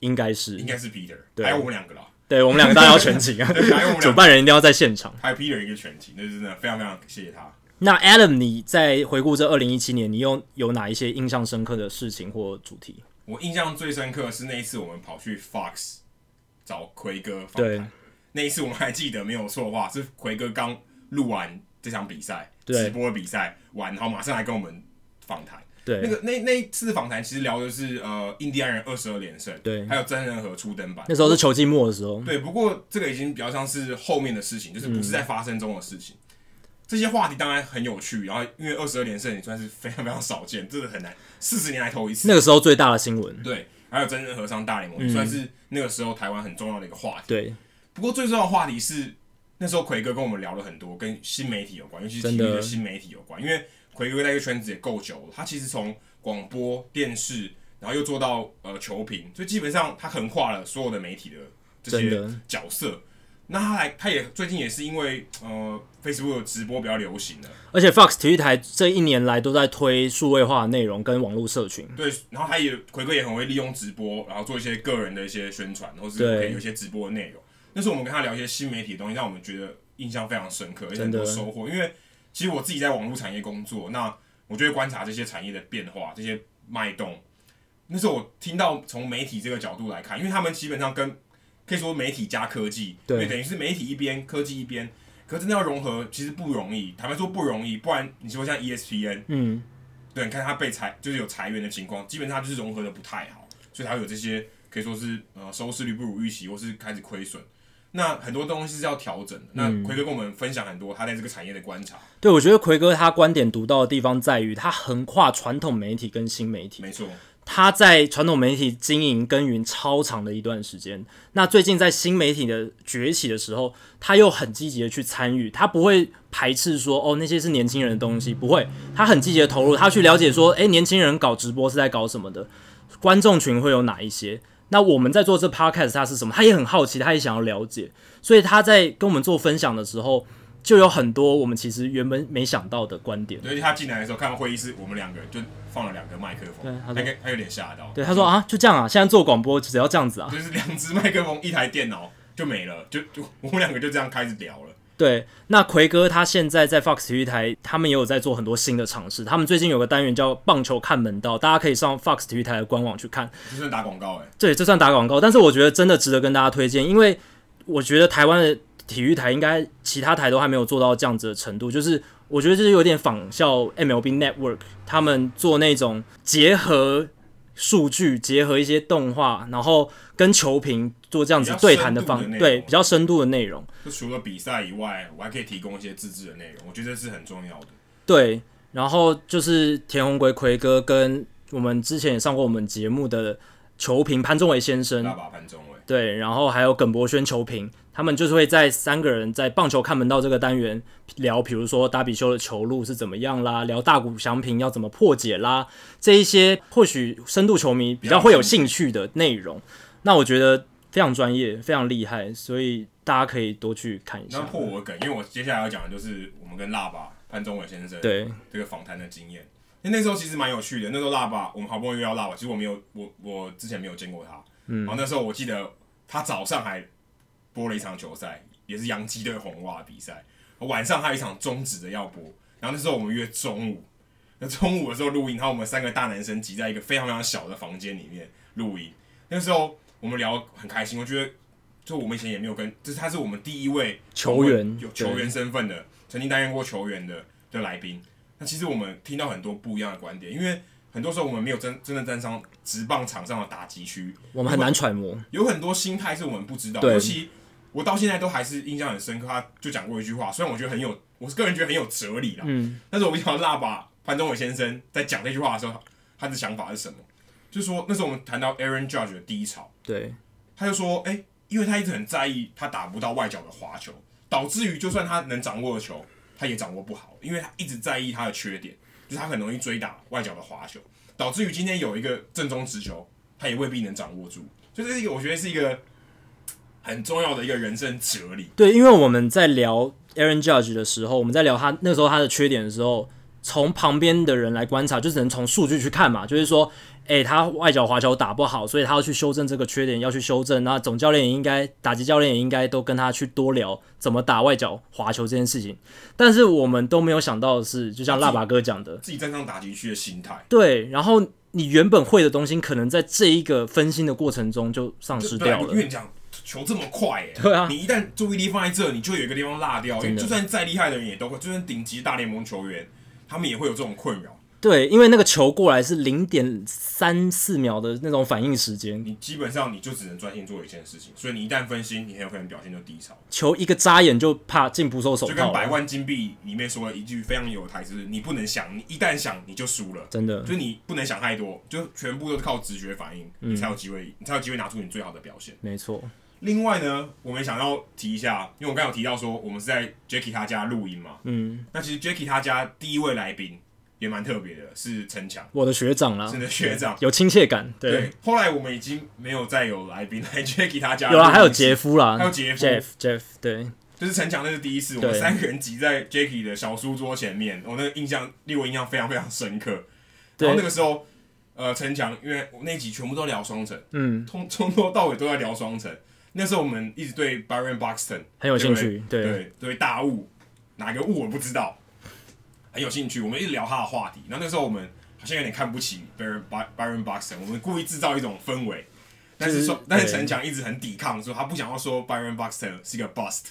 Speaker 1: 应该是
Speaker 2: 应该是 Peter，
Speaker 1: 对
Speaker 2: 还有我们两个啦，
Speaker 1: 对我们两个大家要全勤啊
Speaker 2: 对还有我们两，
Speaker 1: (laughs)
Speaker 2: 个
Speaker 1: 主办人一定要在现场。
Speaker 2: 还有 Peter 一个全勤，那是真的非常非常谢谢他。
Speaker 1: 那 Adam，你在回顾这二零一七年，你有有哪一些印象深刻的事情或主题？
Speaker 2: 我印象最深刻的是那一次我们跑去 Fox 找奎哥访
Speaker 1: 对
Speaker 2: 谈，那一次我们还记得没有错的话，是奎哥刚录完这场比赛，
Speaker 1: 对
Speaker 2: 直播的比赛完，然后马上来跟我们访谈。
Speaker 1: 对，
Speaker 2: 那个那那一次访谈其实聊的是呃印第安人二十二连胜，
Speaker 1: 对
Speaker 2: 还有真人和初登版。
Speaker 1: 那时候是球季末的时候，
Speaker 2: 对，不过这个已经比较像是后面的事情，就是不
Speaker 1: 嗯
Speaker 2: 是在发生中的事情。这些话题当然很有趣，然后因为二十二连胜也算是非常非常少见，真的很难，四十年来头一次。
Speaker 1: 那个嗯时候最大的新闻。
Speaker 2: 对，还有真人和尚大联盟、也算是那个时候台湾很重要的一个话题。
Speaker 1: 对，
Speaker 2: 不过最重要的话题是，那时候奎哥跟我们聊了很多跟新媒体有关，尤其是体育
Speaker 1: 真的
Speaker 2: 的新媒体有关。因为奎哥在这个圈子也够久了，他其实从广播电视，然后又做到呃球评，所以基本上他横跨了所有的媒体的这
Speaker 1: 真
Speaker 2: 些
Speaker 1: 的
Speaker 2: 角色。那他来，他也最近也是因为呃 Facebook 的直播比较流行了，
Speaker 1: 而且 Fox 体育台这一年来都在推数位化的内容跟网络社群，
Speaker 2: 对，然后他也奎哥也很会利用直播，然后做一些个人的一些宣传，或是
Speaker 1: 对
Speaker 2: 可以有一些直播的内容。那时候我们跟他聊一些新媒体的东西，让我们觉得印象非常深刻，而且很多
Speaker 1: 真的
Speaker 2: 收获。因为其实我自己在网络产业工作，那我就会观察这些产业的变化，这些脉动。那时候我听到从媒体这个角度来看，因为他们基本上跟可以说媒体加科技，
Speaker 1: 对
Speaker 2: 因为等于是媒体一边，科技一边。可真的要融合，其实不容易。坦白说不容易，不然你说像 E ESPN，
Speaker 1: 嗯，
Speaker 2: 对，你看他被裁，就是有裁员的情况，基本上就是融合的不太好，所以才会有这些可以说是呃收视率不如预期，或是开始亏损。那很多东西是要调整的。
Speaker 1: 嗯
Speaker 2: 那奎哥跟我们分享很多他在这个产业的观察，
Speaker 1: 对我觉得奎哥他观点独到的地方在于，他横跨传统媒体跟新媒体，
Speaker 2: 没错，
Speaker 1: 他在传统媒体经营耕耘超长的一段时间。那最近在新媒体的崛起的时候，他又很积极的去参与，他不会排斥说哦那些是年轻人的东西，不会，他很积极的投入，他去了解说，诶，年轻人搞直播是在搞什么的，观众群会有哪一些。那我们在做这 podcast 它是什么？他也很好奇，他也想要了解，所以他在跟我们做分享的时候，就有很多我们其实原本没想到的观点。
Speaker 2: 所以他进来的时候，看到会议室，我们两个人就放了两个麦克
Speaker 1: 对
Speaker 2: 风，
Speaker 1: 他说
Speaker 2: 他跟他有点吓到，
Speaker 1: 对，他说啊，就这样啊，现在做广播只要这样子啊，
Speaker 2: 就是两只麦克风，一台电脑就没了，就就我们两个就这样开始聊了。
Speaker 1: 对，那奎哥他现在在 Fox 体育台，他们也有在做很多新的尝试。他们最近有个单元叫“棒球看门道”，大家可以上 Fox 体育台的官网去看。
Speaker 2: 就算打广告哎、
Speaker 1: 对，这算打广告，但是我觉得真的值得跟大家推荐，因为我觉得台湾的体育台应该其他台都还没有做到这样子的程度，就是我觉得就是有点仿效 MLB Network 他们做那种结合数据、结合一些动画，然后跟球评做这样子对谈的
Speaker 2: 比较深
Speaker 1: 方，
Speaker 2: 度的内容
Speaker 1: 对比较深度的内容。
Speaker 2: 就除了比赛以外，我还可以提供一些自制的内容，我觉得这是很重要的。
Speaker 1: 对，然后就是田红奎奎哥跟我们之前也上过我们节目的球评潘仲伟先
Speaker 2: 大
Speaker 1: 生，
Speaker 2: 把潘中伟，
Speaker 1: 对，然后还有耿博轩球评，他们就是会在三个人在棒球看门道这个单元聊，比如说达比修的球路是怎么样啦，聊大谷翔平要怎么破解啦，这一些或许深度球迷比较会有兴趣的内容。那我觉得非常专业，非常厉害，所以大家可以多去看一
Speaker 2: 那
Speaker 1: 下。
Speaker 2: 破我的梗，因为我接下来要讲的就是我们跟辣爸潘宗伟先生
Speaker 1: 对
Speaker 2: 这个访谈的经验。因为那时候其实蛮有趣的，那时候辣爸我们好不容易约到辣爸，其实我没有我我之前没有见过他。嗯，然后那时候我记得他早上还播了一场球赛，也是洋基队红袜比赛，晚上还有一场中止的要播。然后那时候我们约中午，那中午的时候录音，然后我们三个大男生挤在一个非常非常小的房间里面录音。那时候我们聊很开心，我觉得就我们以前也没有跟，就是他是我们第一位
Speaker 1: 球员
Speaker 2: 有球员身份的，曾经担任过球员的的来宾。那其实我们听到很多不一样的观点，因为很多时候我们没有真真的站上职棒场上的打击区，
Speaker 1: 我们很难揣摩，
Speaker 2: 有很多心态是我们不知道，
Speaker 1: 对
Speaker 2: 尤其我到现在都还是印象很深刻。他就讲过一句话，虽然我觉得很有，我个人觉得很有哲理啦，
Speaker 1: 嗯，
Speaker 2: 但是我没想到辣爸潘宗伟先生在讲这句话的时候，他的想法是什么？就是说那时候我们谈到 Aaron Judge 的低潮，
Speaker 1: 对
Speaker 2: 他就说，哎、因为他一直很在意他打不到外角的滑球，导致于就算他能掌握的球，他也掌握不好，因为他一直在意他的缺点，就是他很容易追打外角的滑球，导致于今天有一个正中直球，他也未必能掌握住。所以这是一个我觉得是一个嘖很重要的一个人生哲理。
Speaker 1: 对，因为我们在聊 Aaron Judge 的时候，我们在聊他那时候他的缺点的时候，从旁边的人来观察，就只能从数据去看嘛，就是说，诶、他外角滑球打不好，所以他要去修正这个缺点，要去修正。那总教练也应该，打击教练也应该都跟他去多聊怎么打外角滑球这件事情。但是我们都没有想到的是，就像辣爸哥讲的，
Speaker 2: 自己站上打击区的心态，
Speaker 1: 对，然后你原本会的东西，可能在这一个分心的过程中就丧失
Speaker 2: 对啊
Speaker 1: 掉了
Speaker 2: 因。为你讲球这么快、欸，
Speaker 1: 对啊
Speaker 2: 你一旦注意力放在这，你就有一个地方落掉。因
Speaker 1: 真
Speaker 2: 为
Speaker 1: 的
Speaker 2: 就算再厉害的人也都会，就算顶级大联盟球员，他们也会有这种困扰。
Speaker 1: 对，因为那个球过来是零点三四秒的那种反应时间，
Speaker 2: 你基本上你就只能专心做一件事情，所以你一旦分心，你很有可能表现就低潮。
Speaker 1: 球一个眨眼就怕进捕手手
Speaker 2: 就跟
Speaker 1: 套
Speaker 2: 《百
Speaker 1: 了，
Speaker 2: 万金币》里面说了一句非常有的台词：“你不能想，你一旦想你就输了。”
Speaker 1: 真的
Speaker 2: 就。是你不能想太多，就全部都是靠直觉反应，你
Speaker 1: 嗯
Speaker 2: 才有机会，你才有机会拿出你最好的表现。
Speaker 1: 没错，
Speaker 2: 另外呢，我们想要提一下，因为我刚刚有提到说，我们是在 Jacky 他家录音嘛，
Speaker 1: 嗯，
Speaker 2: 那其实 Jacky 他家第一位来宾也蛮特别的，是陈强，
Speaker 1: 我的学长啦
Speaker 2: 是，你的学长。
Speaker 1: 有亲切感，对，
Speaker 2: 对，后来我们已经没有再有来宾来 (laughs) Jacky 他家录
Speaker 1: 有啊
Speaker 2: 音室，
Speaker 1: 啦，还有杰夫啦，
Speaker 2: 还啊有杰夫
Speaker 1: Jeff Jeff，对，
Speaker 2: 就是陈强，那是第一次，我们
Speaker 1: 对
Speaker 2: 三个人挤在 Jacky 的小书桌前面，我那个印象令我印象非常非常深刻。
Speaker 1: 对
Speaker 2: 然后那个时候，呃，陈强因为我那集全部都聊双城，
Speaker 1: 嗯，
Speaker 2: 从从头到尾都在聊双城。那时候我们一直对 Byron Buxton
Speaker 1: 很有兴趣，
Speaker 2: 对
Speaker 1: 对，
Speaker 2: 对对大雾哪个雾我不知道，很有兴趣，我们一直聊他的话题。然后那时候我们好像有点看不起 Byron By- Byron Buxton，我们故意制造一种氛围，但
Speaker 1: 就是是
Speaker 2: 说但是
Speaker 1: 对
Speaker 2: 陈强一直很抵抗，说他不想要说 Byron Buxton 是一个 bust，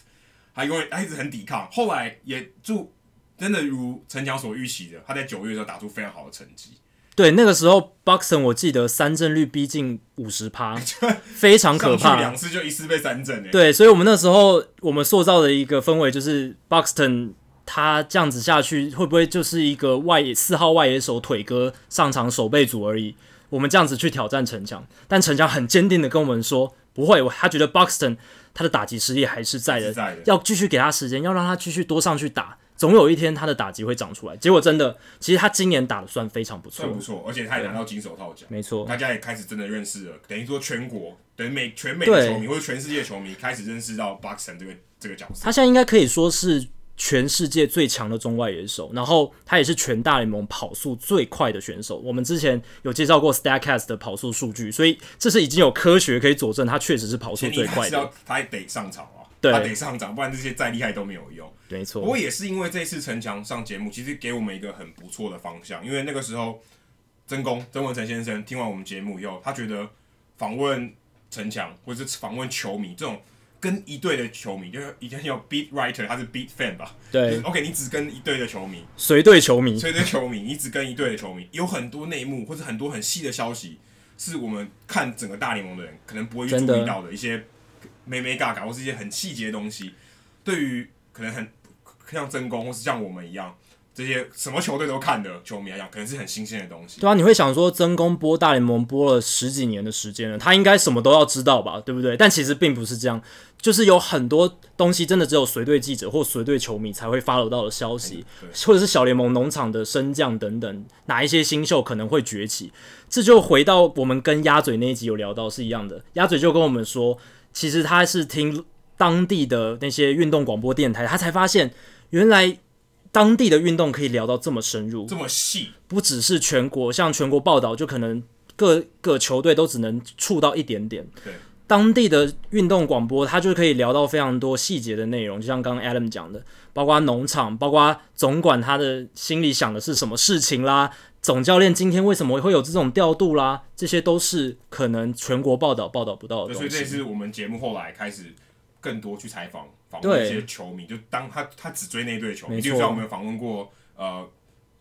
Speaker 2: 他因为他一直很抵抗，后来也就真的如陈强所预期的，他在九月的时候打出非常好的成绩，
Speaker 1: 对，那个时候 Buxton 我记得三振率逼近五十
Speaker 2: (laughs)
Speaker 1: 趴，非常可
Speaker 2: 上去
Speaker 1: 怕
Speaker 2: 两，次就一次被三振欸诶、
Speaker 1: 对，所以我们那时候我们塑造的一个氛围就是 Buxton 他这样子下去会不会就是一个外野四号外野手腿哥上场守备组而已？我们这样子去挑战城墙，但城墙很坚定的跟我们说不会，我他觉得 Buxton 他的打击实力还是在的，
Speaker 2: 是在的
Speaker 1: 要继续给他时间，要让他继续多上去打，总有一天他的打击会长出来。结果真的，其实他今年打的算非常不错
Speaker 2: 算，不错，而且他也拿到金手套奖。
Speaker 1: 没错，
Speaker 2: 大家也开始真的认识了，等于说全国，等于美全美
Speaker 1: 对
Speaker 2: 的球迷或者全世界的球迷开始认识到 Boxton 这个这个角色。
Speaker 1: 他现在应该可以说是全世界最强的中外野手，然后他也是全大联盟跑速最快的选手。我们之前有介绍过 Statcast 的跑速数据，所以这是已经有科学可以佐证，他确实是跑速
Speaker 2: 前提
Speaker 1: 最
Speaker 2: 他 (laughs)
Speaker 1: 快
Speaker 2: 是
Speaker 1: 的。
Speaker 2: 要他得上场啊，
Speaker 1: 对
Speaker 2: 他得上场，不然这些再厉害都没有用。
Speaker 1: 没
Speaker 2: 不
Speaker 1: 错
Speaker 2: 过，也是因为这次陈强上节目，其实给我们一个很不错的方向，因为那个时候曾公曾文成先生听完我们节目以后，他觉得访问陈强或者是访问球迷这种。跟一队的球迷，就是以前有 beat writer，他是 beat fan 吧？就
Speaker 1: 对，
Speaker 2: 是，OK，你只跟一队的球迷，
Speaker 1: 随队球迷，
Speaker 2: 所以对球迷，你只跟一队的球迷，有很多内幕或者很多很细的消息，是我们看整个大联盟的人可能不会去
Speaker 1: 真
Speaker 2: 注
Speaker 1: 的
Speaker 2: 意到的一些眉眉嘎嘎，或是一些很细节的东西。对于可能很像真宫，或是像我们一样，这些什么球队都看的球迷来讲，可能是很新鲜的东西。
Speaker 1: 对啊，你会想说曾公播大联盟播了十几年的时间了，他应该什么都要知道吧，对不对？但其实并不是这样，就是有很多东西真的只有随队记者或随队球迷才会 follow 到的消息，
Speaker 2: 对
Speaker 1: 或者是小联盟农场的升降等等，哪一些新秀可能会崛起，这就回到我们跟鸭嘴那一集有聊到是一样的。鸭嘴就跟我们说，其实他是听当地的那些运动广播电台，他才发现原来当地的运动可以聊到这么深入，
Speaker 2: 这么细，
Speaker 1: 不只是全国，像全国报道就可能各个球队都只能触到一点点。
Speaker 2: 对，
Speaker 1: 当地的运动广播，它就可以聊到非常多细节的内容，就像刚刚 Adam 讲的，包括农场，包括总管他的心里想的是什么事情啦，总教练今天为什么会有这种调度啦，这些都是可能全国报道报道不到的
Speaker 2: 对
Speaker 1: 东
Speaker 2: 所
Speaker 1: 西。
Speaker 2: 以这也是我们节目后来开始更多去采访访问
Speaker 1: 对
Speaker 2: 一些球迷，就当他他只追那队的球
Speaker 1: 没
Speaker 2: 迷，
Speaker 1: 错
Speaker 2: 就像我们有访问过呃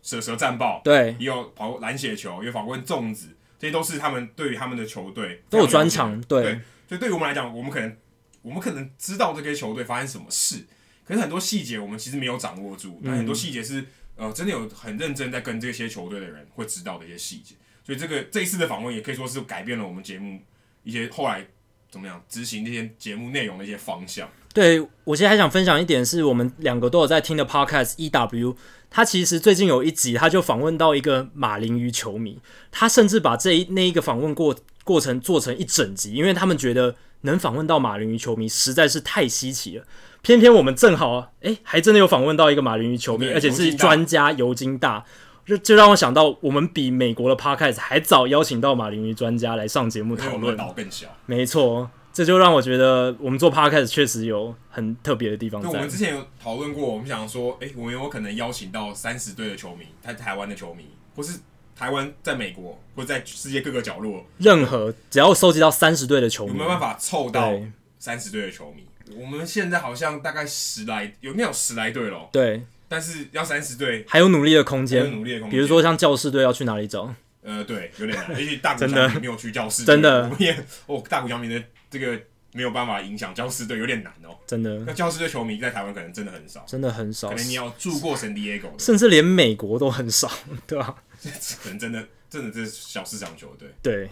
Speaker 2: 蛇蛇战报，
Speaker 1: 对，
Speaker 2: 也有跑蓝血球，也有访问粽子，这些都是他们对于他们的球队
Speaker 1: 都有
Speaker 2: 非常
Speaker 1: 专
Speaker 2: 了解的
Speaker 1: 长。对，
Speaker 2: 所以对于我们来讲，我们可能我们可能知道这个球队发生什么事，可是很多细节我们其实没有掌握住，但很
Speaker 1: 嗯
Speaker 2: 多细节是呃真的有很认真在跟这些球队的人会知道的一些细节，所以这个这一次的访问也可以说是改变了我们节目一些后来怎么样执行这些节目内容的一些方向。
Speaker 1: 对我现在还想分享一点，是我们两个都有在听的 podcast EW，他其实最近有一集，他就访问到一个马林鱼球迷，他甚至把这一那一个访问过过程做成一整集，因为他们觉得能访问到马林鱼球迷实在是太稀奇了。偏偏我们正好啊，诶，还真的有访问到一个马林鱼球迷，
Speaker 2: 对
Speaker 1: 而且
Speaker 2: 尤
Speaker 1: 是
Speaker 2: 金大
Speaker 1: 专家尤金大，就就让我想到，我们比美国的 podcast 还早邀请到马林鱼专家来上节目
Speaker 2: 所以
Speaker 1: 讨
Speaker 2: 我们的
Speaker 1: 论。
Speaker 2: 岛更小。
Speaker 1: 没错，这就让我觉得我们做 podcast 确实有很特别的地方
Speaker 2: 对，我
Speaker 1: 在
Speaker 2: 们。之前有讨论过，我们想说，诶，我们有没有可能邀请到三十队的球迷，在台湾的球迷，或是台湾在美国，或者在世界各个角落，
Speaker 1: 任何只要收集到三十队的球
Speaker 2: 有
Speaker 1: 迷
Speaker 2: 没，有办法凑
Speaker 1: 嗯
Speaker 2: 到
Speaker 1: 对
Speaker 2: 三十队的球迷？我们现在好像大概十来，有应该有十来队咯，
Speaker 1: 对，
Speaker 2: 但是要三十队，
Speaker 1: 还有努力的空
Speaker 2: 还有
Speaker 1: 间。
Speaker 2: 努力的空间。
Speaker 1: 比如，说像教士队要去哪里找？
Speaker 2: 呃，对，有点难，尤其大谷
Speaker 1: 真的
Speaker 2: 翔平没有去教室，
Speaker 1: 真的
Speaker 2: 我们也哦，大谷翔平的这个没有办法影响教室队，有点难哦。
Speaker 1: 真的
Speaker 2: 那教室队球迷在台湾可能真的很少，
Speaker 1: 真的很少
Speaker 2: 可，能你要住过神 Diego 的，
Speaker 1: 甚至连美国都很少， (laughs) 对吧、
Speaker 2: (laughs) 可能真的真的是小市场球队。
Speaker 1: 对。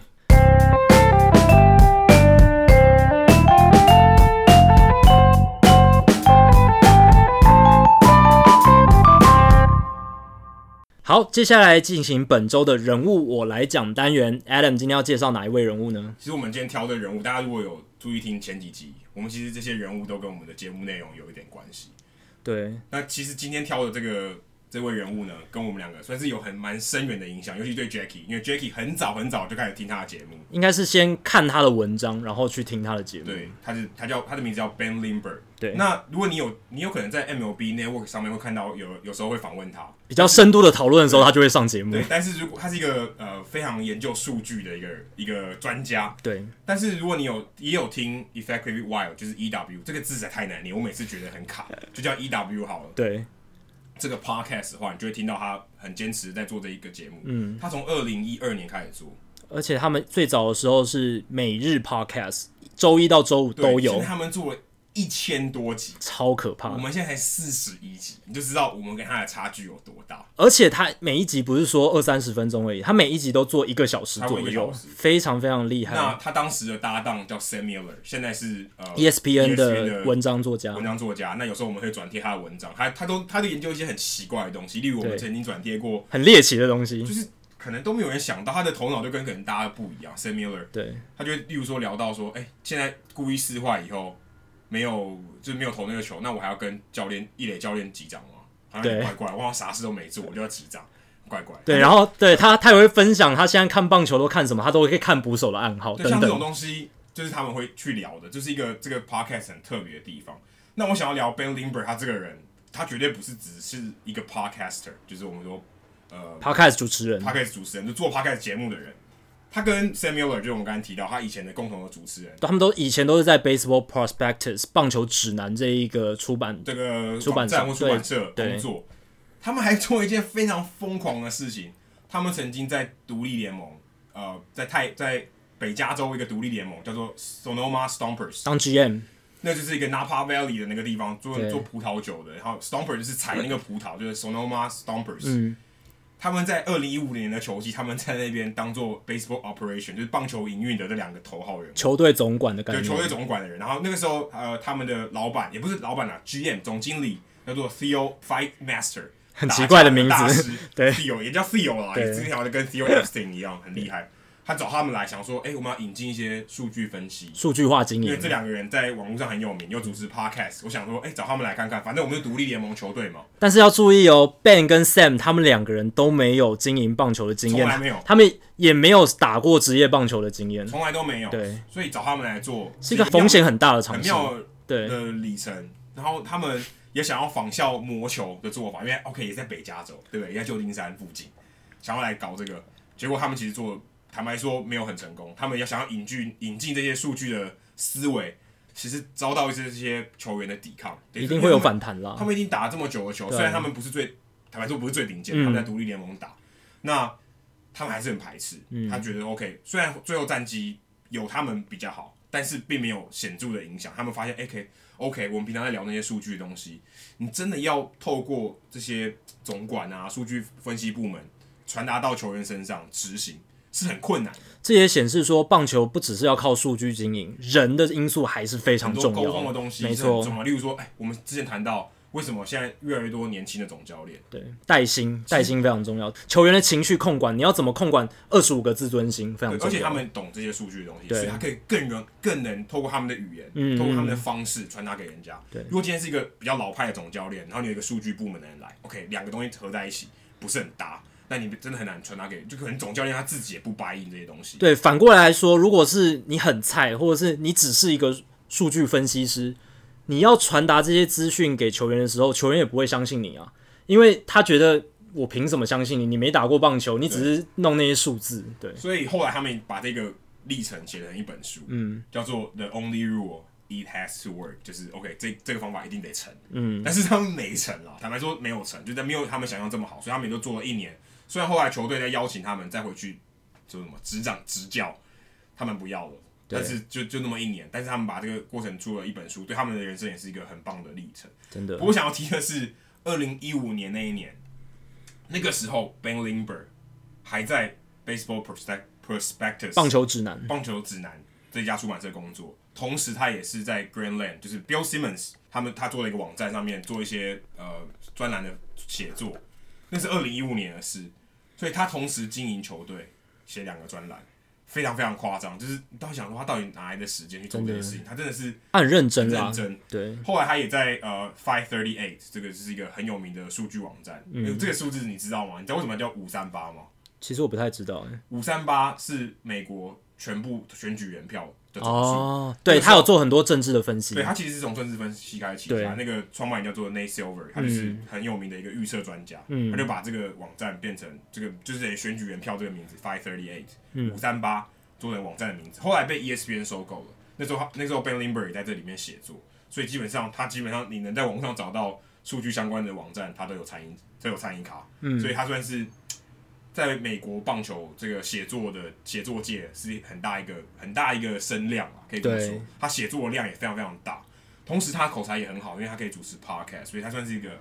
Speaker 1: 好，接下来进行本周的人物我来讲单元。Adam 今天要介绍哪一位人物呢？
Speaker 2: 其实我们今天挑的人物，大家如果有注意听前几集，我们其实这些人物都跟我们的节目内容有一点关系。
Speaker 1: 对，
Speaker 2: 那其实今天挑的这个这位人物呢，跟我们两个算是有很蛮深远的影响，尤其对 Jackie，因为 Jackie 很早很早就开始听他的节目。
Speaker 1: 应该是先看他的文章，然后去听他的节目。
Speaker 2: 对，他是他叫他的名字叫 Ben Limber。
Speaker 1: 对
Speaker 2: 那如果你有你有可能在 MLB Network 上面会看到有有时候会访问他，
Speaker 1: 比较深度的讨论的时候，他就会上节目
Speaker 2: 对。。但是如果他是一个呃非常研究数据的一个一个专家，
Speaker 1: 对，
Speaker 2: 但是如果你有也有听 Effectively Wild，就是 EW 这个字实在太难念，我每次觉得很
Speaker 1: (laughs)
Speaker 2: 卡，就叫 EW 好了。
Speaker 1: 对，
Speaker 2: 这个 podcast 的话，你就会听到他很坚持在做这一个节目。嗯，他从二零一二年开始做，
Speaker 1: 而且他们最早的时候是每日 podcast，周一到周五
Speaker 2: 对
Speaker 1: 都
Speaker 2: 现
Speaker 1: 有啊
Speaker 2: 在，他们做了一千多集，
Speaker 1: 超可
Speaker 2: 我
Speaker 1: 怕。
Speaker 2: 们现在才四十一集，你就知道我们跟他的差距有多大。
Speaker 1: 而且他每一集不是说二三十分钟而已，他每一集都做一个小时
Speaker 2: 差不
Speaker 1: 左
Speaker 2: 多一个
Speaker 1: 右
Speaker 2: 小时，
Speaker 1: 非常非常厉
Speaker 2: 那
Speaker 1: 害。
Speaker 2: 他当时的搭档叫 Sam Miller，现在是呃
Speaker 1: E ESPN 的
Speaker 2: 的
Speaker 1: 文章作家
Speaker 2: 文，章作家。那有时候我们会转贴他的文章，他他都他都研究一些很奇怪的东西，例如我们
Speaker 1: 对
Speaker 2: 曾经转贴过，
Speaker 1: 很猎奇的东西
Speaker 2: 就。是可能都没有人想到他的头脑就跟可能大家不一样。Sam Miller
Speaker 1: 对，
Speaker 2: 他就会例如说聊到说，哎、现在故意失坏以后没有，就是没有投那个球，那我还要跟教练一垒教练击掌吗？好像
Speaker 1: 对
Speaker 2: 很怪怪，我好像啥事都没做，我就要击掌，怪怪。
Speaker 1: 对，然后对他，他也会分享他现在看棒球都看什么，他都会看捕手的暗号
Speaker 2: 对，
Speaker 1: 等
Speaker 2: 像这种
Speaker 1: 等。
Speaker 2: 东西就是他们会去聊的，就是一个这个 podcast 很特别的地方。那我想要聊 Ben Limber 他这个人，他绝对不是只是一个 podcaster，就是我们说呃
Speaker 1: podcast 主持人，
Speaker 2: podcast 主持人，就做 podcast 节目的人。他跟 Sam Miller 就是我们刚才提到他以前的共同的主持人，
Speaker 1: 他们都以前都是在 Baseball Prospectus 棒球指南这一个出版，
Speaker 2: 这个
Speaker 1: 出版社
Speaker 2: 站或出版社
Speaker 1: 对
Speaker 2: 工作，他们还做一件非常疯狂的事情。他们曾经在独立联盟，呃，在泰在北加州一个独立联盟叫做 Sonoma Stompers，
Speaker 1: 当 GM，
Speaker 2: 那就是一个 Napa Valley 的那个地方做
Speaker 1: 对
Speaker 2: 做葡萄酒的，然后 Stomper 就是采那个葡萄，就是 Sonoma Stompers，、
Speaker 1: 嗯，
Speaker 2: 他们在二零一五年的球季，他们在那边当做 baseball operation，就是棒球营运的这两个头号人物。
Speaker 1: 球队总管的
Speaker 2: 对
Speaker 1: 感
Speaker 2: 球队
Speaker 1: 觉，
Speaker 2: 总管的人。然后那个时候，呃，他们的老板也不是老板啦、g m 总经理叫做 Theo Fight Master，
Speaker 1: (laughs) 很奇怪的名字
Speaker 2: 打架大师
Speaker 1: (laughs) 对
Speaker 2: ，Theo 也叫 Theo 啦，
Speaker 1: 对
Speaker 2: 也之前好像跟 Theo Epstein 一样很厉害。他找他们来想说，哎、我们要引进一些数据分析，
Speaker 1: 数据化经
Speaker 2: 因为
Speaker 1: 营
Speaker 2: 这，两个人在网络上很有名，又主持 podcast，我想说，哎、找他们来看看，反正我们是独立联盟球队嘛，
Speaker 1: 但是要注意哦，Ben 跟 Sam 他们两个人都没有经营棒球的经
Speaker 2: 从来没
Speaker 1: 验
Speaker 2: 有，
Speaker 1: 他们也没有打过职业棒球的经验，
Speaker 2: 从来都没有，
Speaker 1: 对，
Speaker 2: 所以找他们来做
Speaker 1: 是一个风险很大的
Speaker 2: 很
Speaker 1: 尝试。
Speaker 2: 妙
Speaker 1: 对，
Speaker 2: 的里程，然后他们也想要仿效魔球的做法，因为 OK 也在北加州，对不对？也在旧金山附近，想要来搞这个，结果他们其实做，坦白说没有很成功。他们要想要引进引进这些数据的思维，其实遭到一些这些球员的抵抗，
Speaker 1: 一定会有
Speaker 2: 因为他们
Speaker 1: 反弹啦
Speaker 2: 他。们已经打了这么久的球，
Speaker 1: 啊对啊
Speaker 2: 虽然他们不是最，坦白说不是最顶尖，
Speaker 1: 嗯
Speaker 2: 他们在独立联盟打，那他们还是很排斥。
Speaker 1: 嗯
Speaker 2: 他觉得 OK，虽然最后战绩有他们比较好，但是并没有显著的影响。他们发现哎 OK OK，我们平常在聊那些数据的东西，你真的要透过这些总管啊、数据分析部门传达到球员身上执行是很困难的，
Speaker 1: 这也显示说，棒球不只是要靠数据经营，人的因素还是非常
Speaker 2: 很多
Speaker 1: 重
Speaker 2: 沟通的
Speaker 1: 要。
Speaker 2: 东西
Speaker 1: 没
Speaker 2: 是很
Speaker 1: 错
Speaker 2: 重，要。例如说，哎，我们之前谈到为什么现在越来越多年轻的总教练。
Speaker 1: 对，带薪带薪非常重要。球员的情绪控管，你要怎么控管二十五个自尊心非常
Speaker 2: 对，
Speaker 1: 重
Speaker 2: 而且他
Speaker 1: 要。
Speaker 2: 们懂这些数据的东西，
Speaker 1: 对
Speaker 2: 所以他可以更能更能透过他们的语言，
Speaker 1: 嗯
Speaker 2: 透过他们的方式传达给人家。
Speaker 1: 对
Speaker 2: 如果今天是一个比较老派的总教练，然后你有一个数据部门的人来，OK，两个东西合在一起不是很搭，那你真的很难传达给，就可能总教练他自己也不白应这些东西。
Speaker 1: 对，反过来说，如果是你很菜，或者是你只是一个数据分析师，你要传达这些资讯给球员的时候，球员也不会相信你啊，因为他觉得我凭什么相信你？你没打过棒球，你只是弄那些数字。对，
Speaker 2: 所以后来他们把这个历程写成一本书，嗯，叫做《The Only Rule It Has to Work》，就是 OK，这这个方法一定得成，嗯，但是他们没成啊，坦白说没有成，就在没有他们想象这么好，所以他们也就做了一年。虽然后来球队在邀请他们再回去，就是什么执掌执教，他们不要了。
Speaker 1: 对
Speaker 2: 但是就就那么一年，但是他们把这个过程出了一本书，对他们的人生也是一个很棒的历程。
Speaker 1: 真的
Speaker 2: 不过我想要提的是，二零一五年那一年，那个时候 Ben Limber 还在 Baseball Prospect- Prospectus
Speaker 1: 棒球指南。
Speaker 2: 棒球指南这家出版社工作，同时他也是在 Greenland，就是 Bill Simmons 他们他做了一个网站上面做一些呃专栏的写作，那是二零一五年的事，所以他同时经营球队，写两个专栏，非常非常夸张，就是你到底想说他到底哪来的时间去做这件事情？他真的是
Speaker 1: 他很认真啦
Speaker 2: 认，真，
Speaker 1: 对，
Speaker 2: 后来他也在呃 Five Thirty Eight 这个就是一个很有名的数据网站。嗯，这个数字你知道吗？你知道为什么叫五三八吗？
Speaker 1: 其实我不太知道、欸。
Speaker 2: 五三八是美国全部选举人票的总数。
Speaker 1: 哦，对他有做很多政治的分析
Speaker 2: 对，，他其实是从政治分析开始起
Speaker 1: 对
Speaker 2: 家。那个创办人叫做 Nate Silver，他就是很有名的一个预测专家。嗯，他就把这个网站变成这个就是等于选举人票这个名字 Five Thirty Eight 五三八做成网站的名字，后来被 E ESPN 收购了。那时候他那时候 Ben Limber 也在这里面写作，所以基本上他基本上你能在网络上找到数据相关的网站，他都有参与都有参与卡。嗯，所以他算是。在美国棒球这个写作的写作界是很大一个很大一个声量啊，可以这么说
Speaker 1: 对，
Speaker 2: 他写作量也非常非常大。同时他口才也很好，因为他可以主持 podcast，所以他算是一个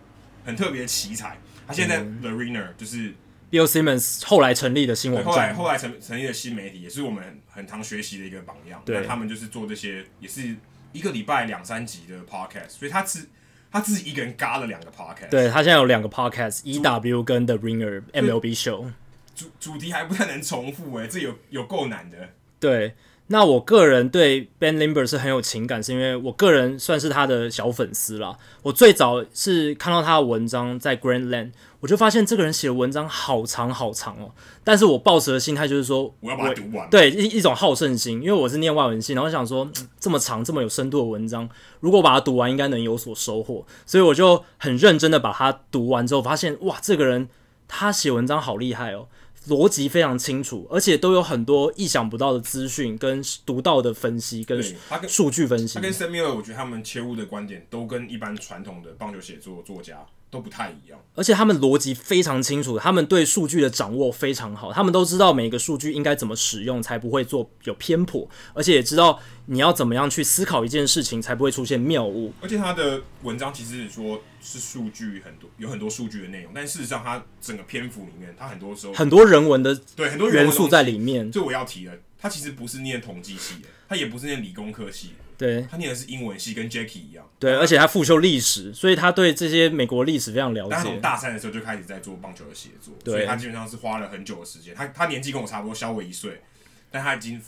Speaker 2: 很特别的奇才。他现在在
Speaker 1: 嗯
Speaker 2: The Ringer 就是
Speaker 1: ，Bill Simmons 后来成立的新网
Speaker 2: 后来
Speaker 1: 站，
Speaker 2: 后来成成立的新媒体，也是我们很很常学习的一个榜样。
Speaker 1: 对
Speaker 2: 那他们就是做这些，也是一个礼拜两三集的 podcast，所以他自他自己一个人嘎了两个 podcast，，
Speaker 1: 对他现在有两个 podcast，EW 跟 The Ringer MLB Show。
Speaker 2: 主主题还不太能重复哎、这有有够难的。
Speaker 1: 对，那我个人对 Ben Limber 是很有情感，是因为我个人算是他的小粉丝啦。我最早是看到他的文章在 Grandland，我就发现这个人写的文章好长好长哦。但是我抱持的心态就是说，
Speaker 2: 我要把它读完
Speaker 1: 对一一种好胜心，因为我是念外文系，然后想说嗯这么长、这么有深度的文章，如果把它读完，应该能有所收获，所以我就很认真的把它读完之后，发现哇，这个人他写文章好厉害哦，逻辑非常清楚，而且都有很多意想不到的资讯跟独到的分析跟
Speaker 2: 对他跟
Speaker 1: 数据分析
Speaker 2: 他，跟 Samuel，我觉得他们切入的观点都跟一般传统的棒球写作作家都不太一样。
Speaker 1: 而且他们逻辑非常清楚，他们对数据的掌握非常好，他们都知道每一个数据应该怎么使用，才不会做有偏颇，而且也知道你要怎么样去思考一件事情，才不会出现谬误。
Speaker 2: 而且他的文章其实说是数据很多，有很多数据的内容，但事实上他整个篇幅里面，他很多时候
Speaker 1: 很多人文的
Speaker 2: 对很多人文
Speaker 1: 元
Speaker 2: 的东
Speaker 1: 素
Speaker 2: 西
Speaker 1: 在。里面，
Speaker 2: 就我要提的，他其实不是念统计系的，他也不是念理工科系的，
Speaker 1: 对
Speaker 2: 他念的是英文系，跟 Jacky 一样。
Speaker 1: 对，而且他复修历史，所以他对这些美国历史非常了
Speaker 2: 但他从
Speaker 1: 解。
Speaker 2: 大三的时候就开始在做棒球的写作，
Speaker 1: 对
Speaker 2: 所以他基本上是花了很久的时间。他他年纪跟我差不多，小我一岁，但他已经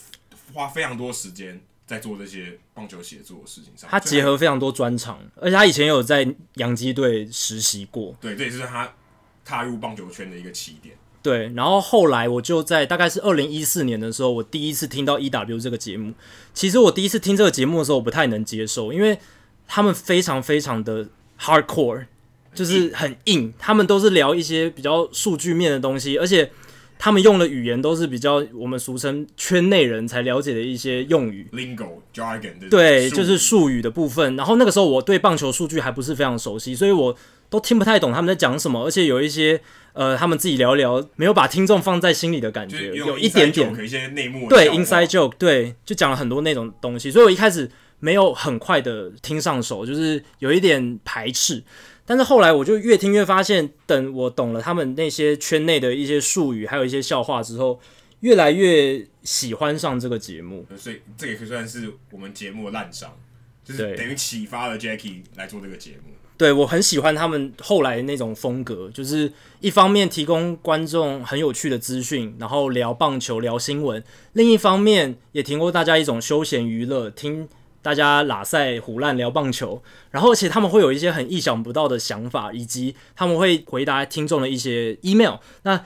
Speaker 2: 花非常多时间在做这些棒球写作的事情上。
Speaker 1: 他
Speaker 2: 所以
Speaker 1: 结合非常多专长，而且他以前有在洋基队实习过，
Speaker 2: 对，这也是他踏入棒球圈的一个起点。
Speaker 1: 对，然后后来我就在大概是二零一四年的时候，我第一次听到 EW 这个节目。其实我第一次听这个节目的时候，我不太能接受，因为他们非常非常的 hardcore，就是很硬，他们都是聊一些比较数据面的东西，而且他们用的语言都是比较我们俗称圈内人才了解的一些用语。
Speaker 2: lingo jargon 的
Speaker 1: 对，
Speaker 2: 术
Speaker 1: 就是
Speaker 2: 语
Speaker 1: 术语的部分。然后那个时候我对棒球数据还不是非常熟悉，所以我都听不太懂他们在讲什么，而且有一些呃，他们自己聊聊，没有把听众放在心里的感
Speaker 2: 就是
Speaker 1: 觉，
Speaker 2: 有
Speaker 1: 有
Speaker 2: inside
Speaker 1: 一点点
Speaker 2: joke，一些内幕的
Speaker 1: 对
Speaker 2: 笑话
Speaker 1: inside joke，对，就讲了很多那种东西，所以我一开始没有很快的听上手，就是有一点排斥。但是后来我就越听越发现，等我懂了他们那些圈内的一些术语，还有一些笑话之后，越来越喜欢上这个节目。
Speaker 2: 所以这个也算是我们节目的烂伤，就是
Speaker 1: 对
Speaker 2: 等于启发了 Jackie 来做这个节目。
Speaker 1: 对我很喜欢他们后来那种风格，就是一方面提供观众很有趣的资讯，然后聊棒球、聊新闻；另一方面也提供大家一种休闲娱乐，听大家拉塞胡乱聊棒球。然后，而且他们会有一些很意想不到的想法，以及他们会回答听众的一些 email。那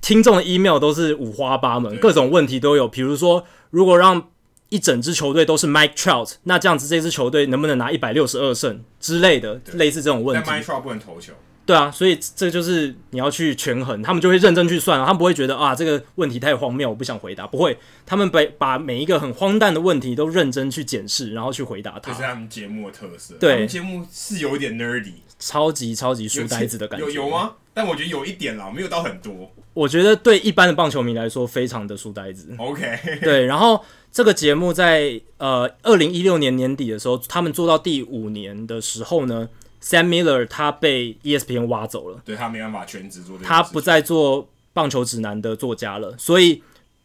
Speaker 1: 听众的 email 都是五花八门，
Speaker 2: 对
Speaker 1: 各种问题都有。比如说，如果让一整支球队都是 Mike Trout，那这样子这支球队能不能拿一百六十二胜之类的，类似这种问
Speaker 2: 但
Speaker 1: 题
Speaker 2: My。Trout 不能投球，
Speaker 1: 对啊，所以这就是你要去权衡，他们就会认真去算，他们不会觉得啊这个问题太荒谬，我不想回答。不会，他们把把每一个很荒诞的问题都认真去检视，然后去回答
Speaker 2: 这
Speaker 1: 它
Speaker 2: 是，他们节目的特色。
Speaker 1: 对
Speaker 2: 他们节目是有一点 nerdy，
Speaker 1: 超级超级
Speaker 2: 有
Speaker 1: 书呆子的感觉。
Speaker 2: 有有？吗？但我觉得有一点啦，没有到很多。
Speaker 1: 我觉得对一般的棒球迷来说，非常的书呆子。
Speaker 2: OK， (laughs)
Speaker 1: 对，然后这个节目在呃二零一六年年底的时候，他们做到第五年的时候呢，Sam Miller 他被 E ESPN 挖走了，
Speaker 2: 对他没办法全职做这个，
Speaker 1: 他不，再做棒球指南的作家了，所以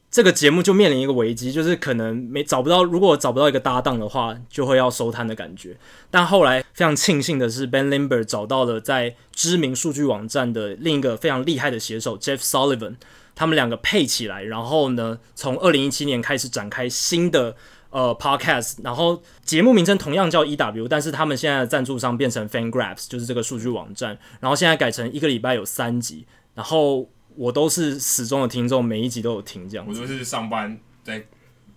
Speaker 1: 这个节目就面临一个危机，就是可能没找不到，如果找不到一个搭档的话，就会要收摊的感觉。但后来非常庆幸的是，Ben Limber 找到了在知名数据网站的另一个非常厉害的写手 Jeff Sullivan，他们两个配起来，然后呢，从二零一七年开始展开新的。呃，podcast，然后节目名称同样叫 EW，但是他们现在的赞助商变成 FanGraphs，就是这个数据网站，然后现在改成一个礼拜有三集，然后我都是始终的听众，每一集都有听这样
Speaker 2: 我
Speaker 1: 子。
Speaker 2: 就是上班在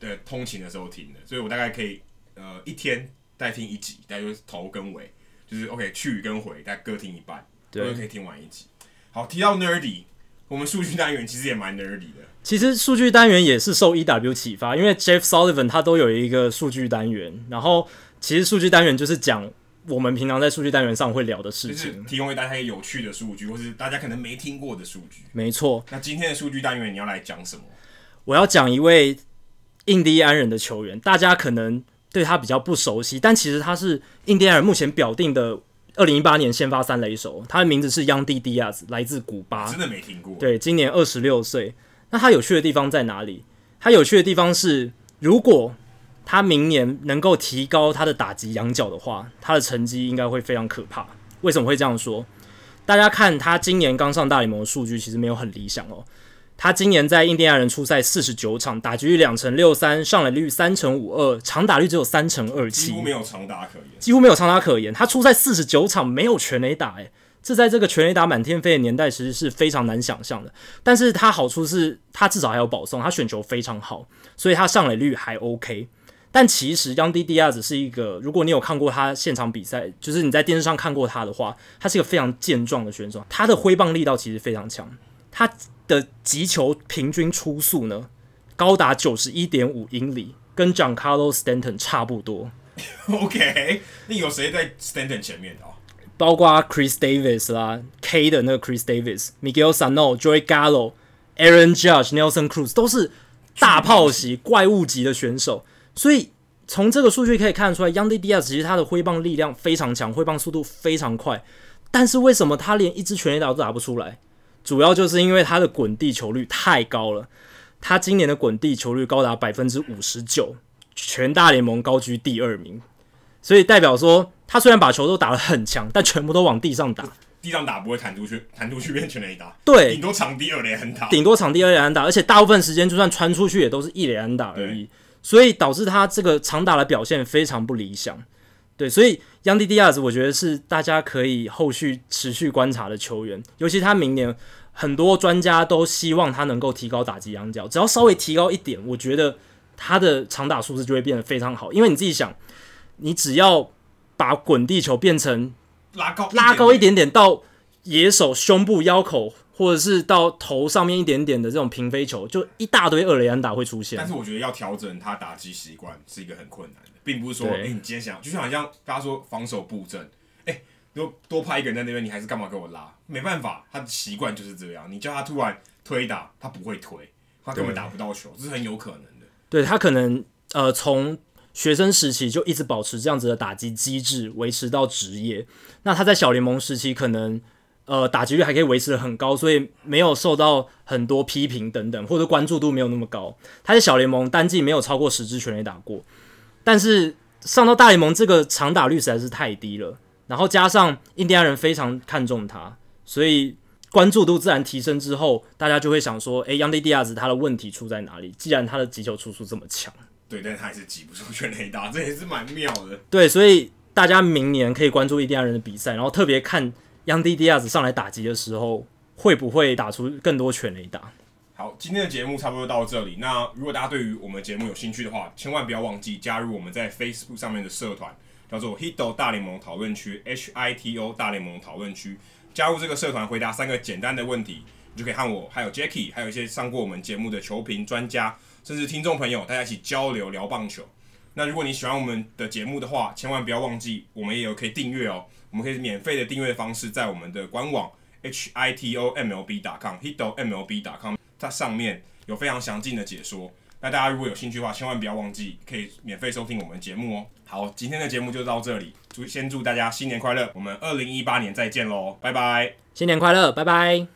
Speaker 2: 对通勤的时候听的，所以我大概可以呃一天再听一集，大概就是头跟尾，就是 OK 去跟回，大概各听一半，我
Speaker 1: 对
Speaker 2: 就可以听完一集。好，提到 nerdy，我们数据单元其实也蛮 nerdy 的，
Speaker 1: 其实数据单元也是受 EW 启发，因为 Jeff Sullivan 他都有一个数据单元，然后其实数据单元就是讲我们平常在数据单元上会聊的事
Speaker 2: 就是
Speaker 1: 情。
Speaker 2: 提供给大家有趣的数据，或是大家可能没听过的数据。
Speaker 1: 没错，
Speaker 2: 那今天的数据单元你要来讲什么？
Speaker 1: 我要讲一位印第安人的球员，大家可能对他比较不熟悉，但其实他是印第安人目前表定的二零一八年先发三垒手，他的名字是央蒂迪亚兹，来自古巴
Speaker 2: 真。的没听过。
Speaker 1: 啊对，今年二十六岁。那他有趣的地方在哪里？他有趣的地方是，如果他明年能够提高他的打击仰角的话，他的成绩应该会非常可怕。为什么会这样说？大家看他今年刚上大联盟的数据，其实没有很理想哦。他今年在印第安人出赛四十九场，打击率两成六三，上垒率三成五二，长打率只有三成二七，
Speaker 2: 几乎没有长打可言。
Speaker 1: 几乎没有长打可言。他出赛四十九场没有全垒打、欸，这在这个全垒打满天飞的年代，其实是非常难想象的。但是他好处是，他至少还有保送，他选球非常好，所以他上垒率还 OK。但其实央迪迪亚只是一个，如果你有看过他现场比赛，就是你在电视上看过他的话，他是一个非常健壮的选手，他的挥棒力道其实非常强，他的击球平均出速呢高达九十一点五英里，跟
Speaker 2: (laughs)
Speaker 1: Giancarlo Stanton 差不多。
Speaker 2: OK，那有谁在 Stanton 前面的、哦？
Speaker 1: 包括 Chris Davis 啦，K 的那个 Chris Davis、Miguel Sano、Joey Gallo、Aaron Judge、Nelson Cruz 都是大炮级、怪物级的选手，所以从这个数据可以看出来，Yandy Diaz 其实他的挥棒力量非常强，挥棒速度非常快，但是为什么他连一支全垒打都打不出来？主要就是因为他的滚地球率太高了，他今年的滚地球率高达百分之五十九，全大联盟高居第二名，所以代表说他虽然把球都打得很强，但全部都往地上打，
Speaker 2: 地上打不会弹出去，弹出去变全垒打，
Speaker 1: 对
Speaker 2: 顶多场地二垒很打。
Speaker 1: 顶多场地二垒安打，而且大部分时间就算传出去也都是一垒安打而已，所以导致他这个长打的表现非常不理想。对，所以 y a n d i Diaz 我觉得是大家可以后续持续观察的球员，尤其他明年很多专家都希望他能够提高打击仰角，只要稍微提高一点，我觉得他的长打数字就会变得非常好。因为你自己想，你只要把滚地球变成
Speaker 2: 拉高
Speaker 1: 拉高一
Speaker 2: 点，
Speaker 1: 点点到野手胸部、腰口，或者是到头上面一点点的这种平飞球，就一大堆二雷安打会出
Speaker 2: 但
Speaker 1: 现。
Speaker 2: 是我觉得要调整他打击习惯是一个很困难的，并不是说，哎、
Speaker 1: 对
Speaker 2: 你今天想，就像好像大家说防守布阵，哎、多多派一个人在那边，你还是干嘛给我拉？没办法，他的习惯就是这样。你叫他突然推打，他不会推，他根本
Speaker 1: 对
Speaker 2: 打不到球，这是很有可能的。
Speaker 1: 对他可能呃从学生时期就一直保持这样子的打击机制，维持到职业。那他在小联盟时期可能呃打击率还可以维持的很高，所以没有受到很多批评等等，或者关注度没有那么高。他在小联盟单季没有超过十支全垒打过，但是上到大联盟这个长打率实在是太低了，然后加上印第安人非常看重他，所以。关注度自然提升之后，大家就会想说：，诶、央迪迪亚兹他的问题出在哪里？既然他的击球出速这么强，
Speaker 2: 对，但是他还是挤不出全垒打，这也是蛮妙的。
Speaker 1: 对，所以大家明年可以关注印第安人的比赛，然后特别看央迪迪亚兹上来打击的时候，会不会打出更多全垒打？
Speaker 2: 好，今天的节目差不多到这里。那如果大家对于我们节目有兴趣的话，千万不要忘记加入我们在 Facebook 上面的社团，叫做 Hito 大联盟讨论区 （H I T O 大联盟讨论区）。加入这个社团，回答三个简单的问题，你就可以和我、还有 Jacky，还有一些上过我们节目的球评专家，甚至听众朋友，大家一起交流聊棒球。那如果你喜欢我们的节目的话，千万不要忘记，我们也有可以订阅哦。我们可以免费的订阅方式，在我们的官网 h i t o m l b com hito m l b com，它上面有非常详尽的解说。那大家如果有兴趣的话，千万不要忘记可以免费收听我们的节目哦。好，今天的节目就到这里，祝先祝大家新年快乐，我们二零一八年再见喽，拜拜。
Speaker 1: 新年快乐，拜拜。